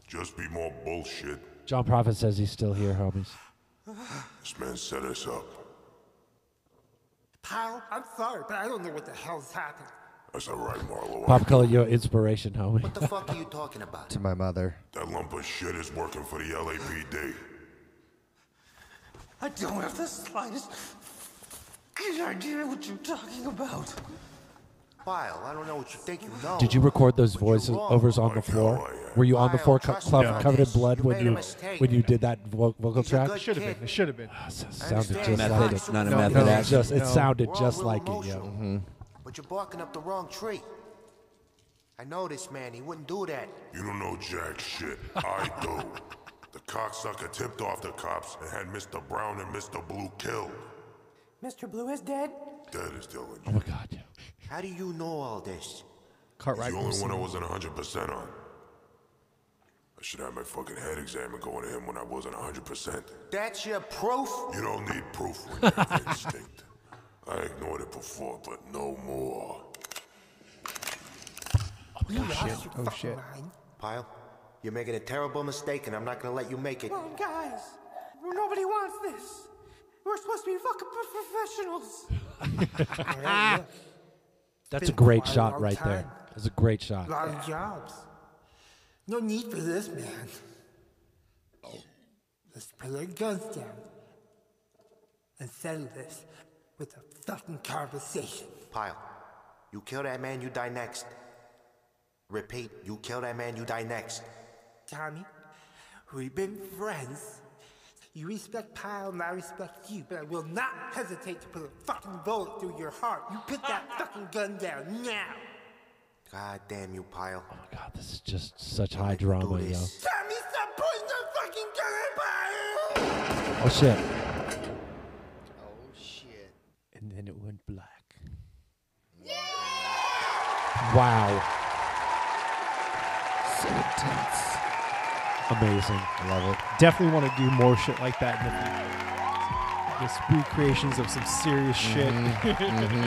Just be more bullshit.
John Prophet says he's still here, homies.
This man set us up.
Pal, I'm sorry, but I don't know what the hell's happened.
That's all right, Marlowe.
Papa Color, your inspiration, homie.
What the fuck are you talking about?
To my mother.
That lump of shit is working for the LAPD.
I don't have the slightest good idea what you're talking about.
File, I don't know what you think you know.
Did you record those voices overs on the floor? Were you on the floor co- club
me on
covered in
this.
blood
You
when
made a
you
mistake.
when you did that vo- vocal track?
Should have been. It should have been.
sounded Ah, just
Method.
like it.
It's not a
No,
method
no,
act.
just- it
No.
sounded
We're all
just
real
like it, yo.
emotional.
Mhm.
But you're barking up the wrong tree.
I know this man, he wouldn't do that.
You don't know jack shit. I do. The cocksucker tipped off the cops and had Mr. Brown and Mr. Blue killed.
Mr. Blue is dead?
That is Dillinger.
Oh my god.
How do you know all this?
He's the only one I wasn't 100% on. I should have my fucking head exam and going to him when I wasn't 100%.
That's your proof?
You don't need proof when you have instinct. I ignored it before, but no more.
You
shit.
lost your
Oh,
fucking
shit.
mind. Pyle, you're making a terrible mistake, and I'm not gonna let you make it.
on, guys.
Nobody wants this. We're supposed to be fucking professionals.
That's a
Been
great
quite a
shot
long
right
time.
there. That's a great shot.
lot of jobs. No need for this, man. Let's put our guns down and settle this with a fucking conversation.
Pyle, you kill that man, you die next. Repeat, you kill that man, you die next.
Tommy, we've been friends. You respect Pyle and I respect you, but I will not hesitate to put a fucking bullet through your heart. You put that fucking gun down now.
God damn you, Pyle. Oh
my god, this is just such high drama,
Tommy,
yo.
stop putting the fucking gun in Pyle!
Oh shit.
And then it went black.
Wow.
So tense.
Amazing.
Love it.
Definitely want to do more shit like that in the future. Just recreations of some serious shit.
Mhm,
Mm-hmm.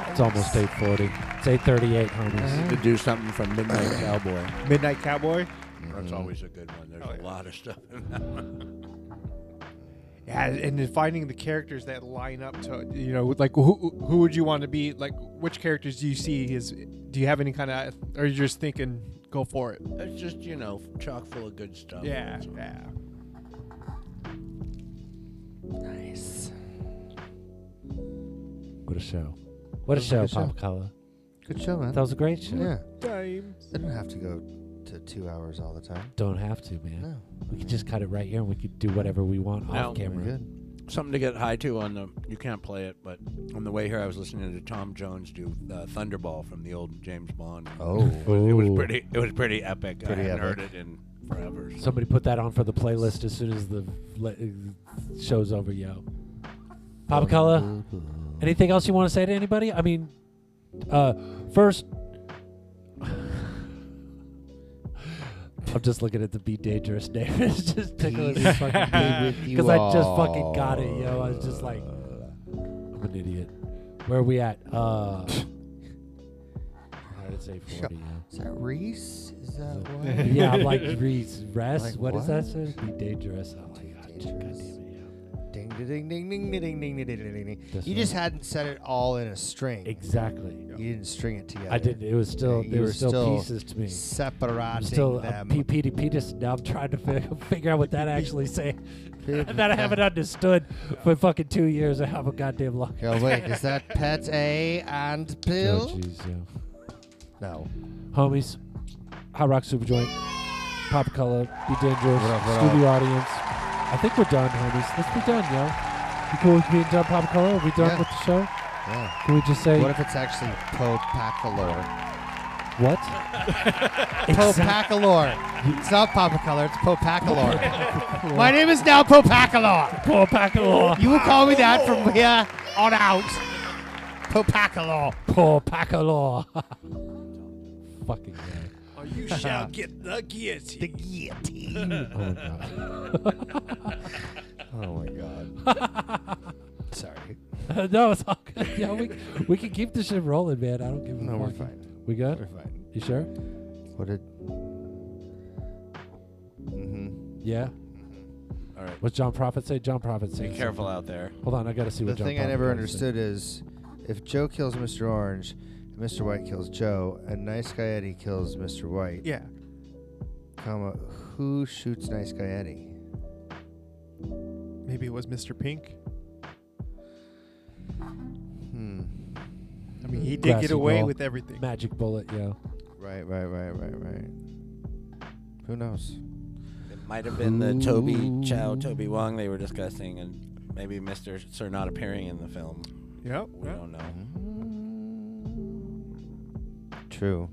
mhm.
It's almost 8:40. It's 8:38, homies.
To do something from Midnight Cowboy.
Mm-hmm.
Midnight Cowboy.
That's always a good one. There's a lot of stuff in that one.
Yeah, and then finding the characters that line up to you know like who who would you want to be like which characters do you see is do you have any kind of or you just thinking go for it
It's just, you know, chock full of good stuff.
yeah
So-
yeah
Nice.
What a show. What a
That
show,
was a good
Papa Color.
Good show, man.
That was a great show.
Yeah.
Times.
I don't have to go to two hours all the time.
Don't have to, man. We could just cut it right here and we could do whatever we want
Now-
off camera.
Something to get high to on the. You can't play it, but on the way here, I was listening to Tom Jones do uh, Thunderball from the old James Bond.
Oh.
it was, it was
Ooh.
pretty. It was pretty epic.
Pretty
I hadn't
epic.
heard it in forever. so-
Somebody put that on for the playlist as soon as the le- show's over, yo. Papa Color, anything else you want to say to anybody? I mean, uh, first, I'm just looking at the Be Dangerous name. it's just tickling me
Peace
fucking
be with you
Because I just fucking got it, yo. I was just like, I'm an idiot. Where are we at? Uh, all right, it's 840, yo.
Is that Reese? Is that what?
yeah, I'm like Reese.
Like
Rest? what is that?
what?
Sir? Be dangerous. I'm like, "God, God damn it, yeah.
Ding ding ding ding ding ding ding ding ding ding. ding.
That's
You just
right.
hadn't set it all in a string.
Exactly.
You didn't string it together.
I didn't. It was still.
You
There
were
were still,
still
pieces to me.
separating
I'm still
them.
A PPD penis. Now I'm trying to fi- figure out what that actually say. that I haven't understood for fucking two years. I have a goddamn long.
Yo, wait, is that pet A and pill?
Oh, jeez, yeah.
No.
Homies, Hot Rock Superjoint, Pop Color, Be Dangerous,
What up, what
Studio Audience. I think we're done, homies. Let's be done, yo. You cool with being done, Pop Color? Are we done
Yeah.
with the show?
Yeah.
Can we just say
What if it's actually Popacalor?
what?
Popacalor. It's not Popacalor, it's Popacalor.
Popacalor.
My name is now Popacalor.
Popacalor.
You will call me that from here on out. Popacalor.
Poor Pacalor. Fucking guy.
Oh,
you shall
get the guillotine. The guillotine.
Oh, God.
oh my god. Sorry.
no, it's all good. Yeah, we, we can keep this shit rolling, man. I don't give a
No, we're
fuck.
fine.
We good?
We're fine.
You sure?
What did? Mm-hmm.
Yeah.
All right.
What's John Prophet say? John Prophet say.
Be careful out there.
Hold on, I gotta see
The
what John
thing I
Prophet
never
said.
understood is if Joe kills Mr. Orange, Mr. White kills Joe, and Nice Guy Eddie kills Mr. White.
Yeah.
Comma. Who shoots Nice Guy Eddie?
maybe it was mr pink
Hmm.
i mean he did
Grassy
get away
knoll.
with everything
Magic bullet, yo.
Right, right, right, right, right. Who knows?
It might have been the Toby Chow, Toby Wong they were discussing, and maybe Mr. Sir not appearing in the film.
Yep.
We don't know.
True.